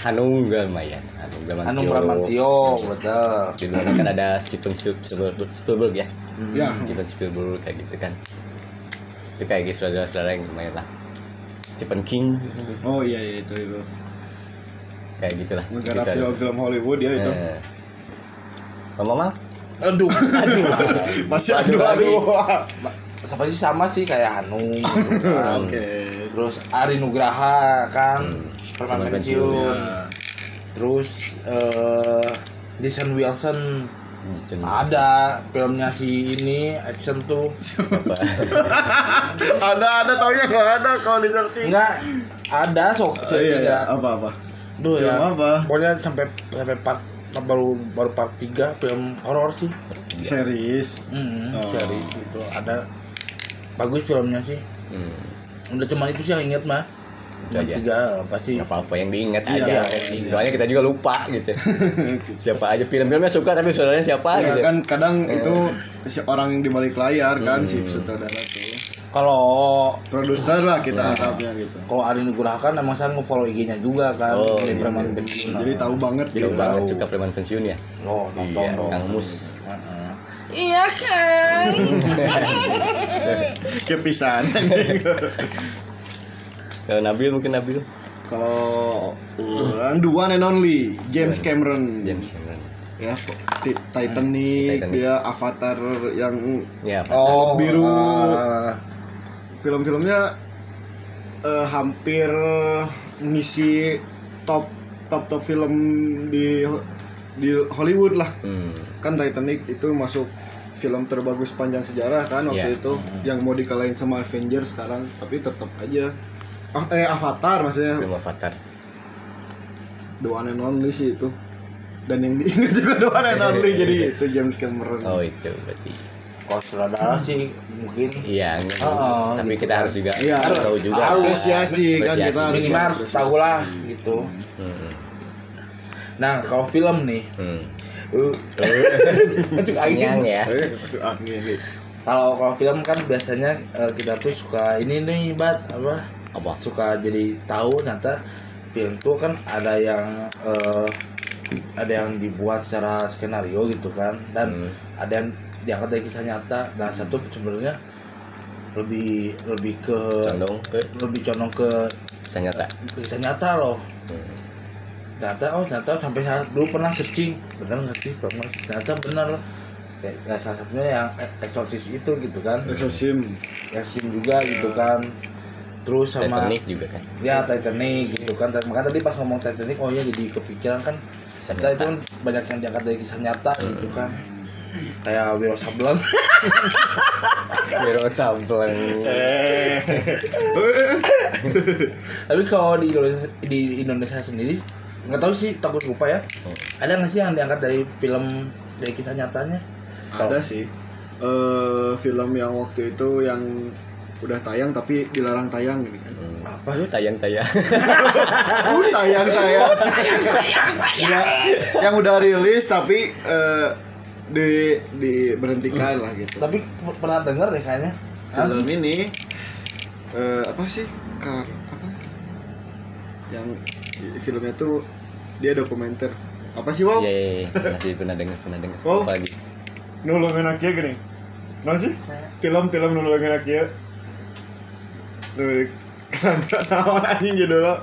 B: Hanung juga lumayan. Hanung Bramantyo.
C: Anu Pramantio, betul.
B: Di luar kan ada Steven Spiel- Spielberg, Spielberg ya.
D: ya
B: Steven Spielberg kayak gitu kan. Itu kayak gitu saudara-saudara yang lumayan lah. Stephen King
D: oh iya iya, itu itu
B: kayak gitulah.
D: ngegarap
B: Bisa-
D: film-film Hollywood ya
C: Gitu.
D: itu
B: Eh. Mama Mama?
C: Aduh, aduh.
D: masih
B: Aduh,
D: aduh aduh
C: Siapa sih sama sih kayak Hanung gitu kan. [LAUGHS]
D: oke
C: Terus Ari Nugraha kan
D: Hmm.
C: pernah
B: Pernah
C: pensiun. Nah.
B: pensiun.
C: Terus eh Jason Wilson
B: Gitu.
D: Hmm.
C: ada filmnya si ini action tuh
B: Apa?
D: ada ada taunya nggak ada kalau di searching
C: enggak ada sok
D: Oh, iya, iya.
C: tiga
D: apa apa
C: Duh
D: Film
C: ya.
D: apa?
C: Pokoknya sampai sampai part baru baru part 3 film horor sih.
D: series
C: Heeh.
D: Oh.
C: Series gitu. Ada bagus filmnya sih.
B: Hmm.
D: Hmm.
C: Udah cuman itu sih yang inget mah.
B: Itu
C: Cuma
D: ya.
B: aja.
C: tiga pasti
B: Gak apa-apa yang diingat aja.
D: Iya, iya.
B: Soalnya kita juga lupa gitu. siapa aja film-filmnya suka tapi saudaranya
C: Iya,
B: siapa
D: Ya
B: gitu.
D: kan kadang itu si orang yang di balik layar kan si sutradara tuh.
C: kalau
D: Produser lah kita anggapnya gitu.
C: kalau ada yang dikurahkan emang saya nge-follow IG-nya juga kan
B: Oh,
C: Jadi
B: iya,
C: preman
B: iya.
C: pensiun
D: Jadi tahu banget
B: Jadi
D: gitu.
B: banget suka preman pensiun ya.
C: lo Iya. Oh, nonton
B: Iya,
C: dong
B: Kang Mus.
C: Heeh. iya kan
D: [LAUGHS] kepisan.
B: Kalau Nabil mungkin Nabil.
D: Kalau orang the one and only Iya. James Cameron.
B: James Cameron.
D: Ya Ti- Titanic,
B: Titanic.
D: dia Avatar yang
B: Ya. Pak.
C: oh
D: Biru.
C: ah.
D: film-filmnya eh, hampir ngisi top top top film di di Hollywood lah.
B: Hmm.
D: Kan Titanic itu masuk film terbagus panjang sejarah kan waktu
B: Iya.
D: itu yang mau dikalahin sama Avengers sekarang tapi tetap aja Ah, eh Avatar maksudnya
B: Film Avatar.
D: The One and Only sih itu dan [LAUGHS] yang diingat juga The
B: Iya,
D: One and Only jadi itu James Cameron
B: Oh itu berarti.
C: kalau sutradara sih mungkin
B: Iya. enggak.
C: Oh,
B: tapi
C: gitu
B: kita harus juga
D: Iya,
B: harus
D: harus-
B: tahu juga.
C: harus. ya
D: apresiasi kan
B: Apresiasi.
D: kita harus
C: minimal harus tahu lah gitu
B: Iya.
C: nah kalau film nih
B: Hmm. [LAUGHS]
C: eh, masuk
B: Kenyang ya.
D: eh aduh, angin nih.
C: kalau kalau film kan biasanya eh, kita tuh suka ini nih bat apa
B: Apa?
C: suka jadi tahu ternyata film tuh kan ada yang eh, ada yang dibuat secara skenario gitu kan dan
B: Hmm.
C: ada yang diangkat dari kisah nyata nah satu sebenarnya lebih lebih ke
B: Condong ke
C: lebih condong ke
B: kisah nyata.
C: kisah nyata loh
B: Hmm.
C: ternyata oh ternyata sampai saat dulu pernah searching benar nggak sih Bang? ternyata benar loh Ya, ya, salah satunya yang eksorsis itu gitu kan
D: Exorcism.
C: eksorsis juga gitu kan terus sama
B: Ah. Titanic juga kan.
C: ya Titanic gitu kan makanya tadi pas ngomong Titanic oh ya jadi kepikiran kan
B: Kisah
C: kita
B: nyata.
C: itu kan banyak yang diangkat dari kisah nyata gitu kan kayak Wiro Sableng
B: Wiro Sableng.
C: [LAUGHS] tapi kalau di Indonesia di Indonesia sendiri nggak tahu sih takut lupa ya ada nggak sih yang diangkat dari film dari kisah nyatanya
D: ada sih eh film yang waktu itu yang udah tayang tapi dilarang tayang gitu kan.
B: Apa lu tayang-tayang?
D: [LAUGHS] Oh, tayang tayang. Ya, yang udah rilis tapi eh di diberhentikan lah gitu.
C: tapi p- pernah dengar deh kayaknya Hah?
D: Film ini eh apa sih? Kar apa? Yang filmnya tuh dia dokumenter. Apa sih, Wow?
B: Iya, iya, iya. Masih pernah dengar, pernah dengar.
D: Oh.
B: Apa lagi?
D: Nulungin aja gini. Nol sih? Film-film nulungin aja. Kenapa [LAUGHS] naon anjing judulnya?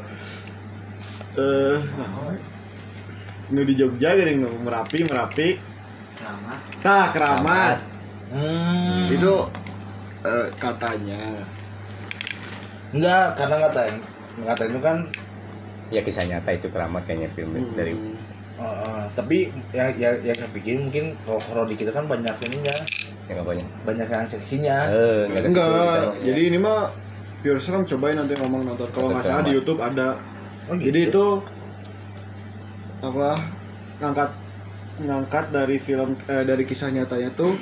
D: Eh, naon? nu di Jogja gini nu merapi merapi. Keramat. Tah keramat.
C: hmm,
D: Itu eh, katanya.
C: enggak karena ngatain ngatain itu kan
B: Ya kisah nyata itu keramat kayaknya film dari
D: Hmm.
C: eh, eh, tapi yang yang, yang saya pikir mungkin kalau horor di kita kan banyak ininya
B: yang apanya?
C: banyak yang seksinya
B: Eh, nggak ada situ,
D: Enggak.
B: kita-
D: Jadi ini mah pure serem cobain nanti ngomong nonton kalau nggak salah di YouTube ada
C: Oh, gitu.
D: Jadi itu apa ngangkat ngangkat dari film eh, dari kisah nyatanya tuh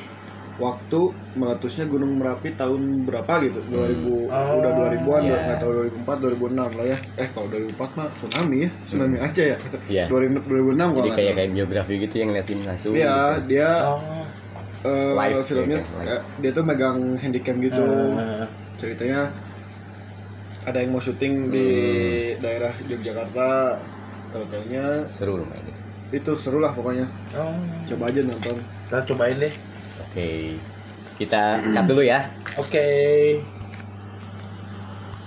D: waktu meletusnya Gunung Merapi tahun berapa gitu
B: Hmm.
D: 2000
C: Oh,
D: udah 2000-an
B: iya.
D: dua- nggak tahu 2004 2006 lah ya eh kalau 2004 mah tsunami ya tsunami aja ya
B: Iya.
D: 2000 2006 kalau
B: Jadi
D: nggak
B: kayak
D: salah
B: kayak biografi gitu yang ngeliatin langsung.
D: Iya,
B: gitu.
D: dia
C: oh.
D: eh,
B: Live,
D: filmnya
B: ya, kayak live.
D: eh, dia tuh megang handycam gitu
C: Eh,
D: ceritanya ada yang mau syuting di
B: Hmm.
D: daerah Yogyakarta tahu-taunya
B: Seru lumayan.
D: itu seru lah pokoknya
C: oh.
D: coba aja nonton
C: kita cobain deh
B: Oke. Kita cut dulu ya.
C: okay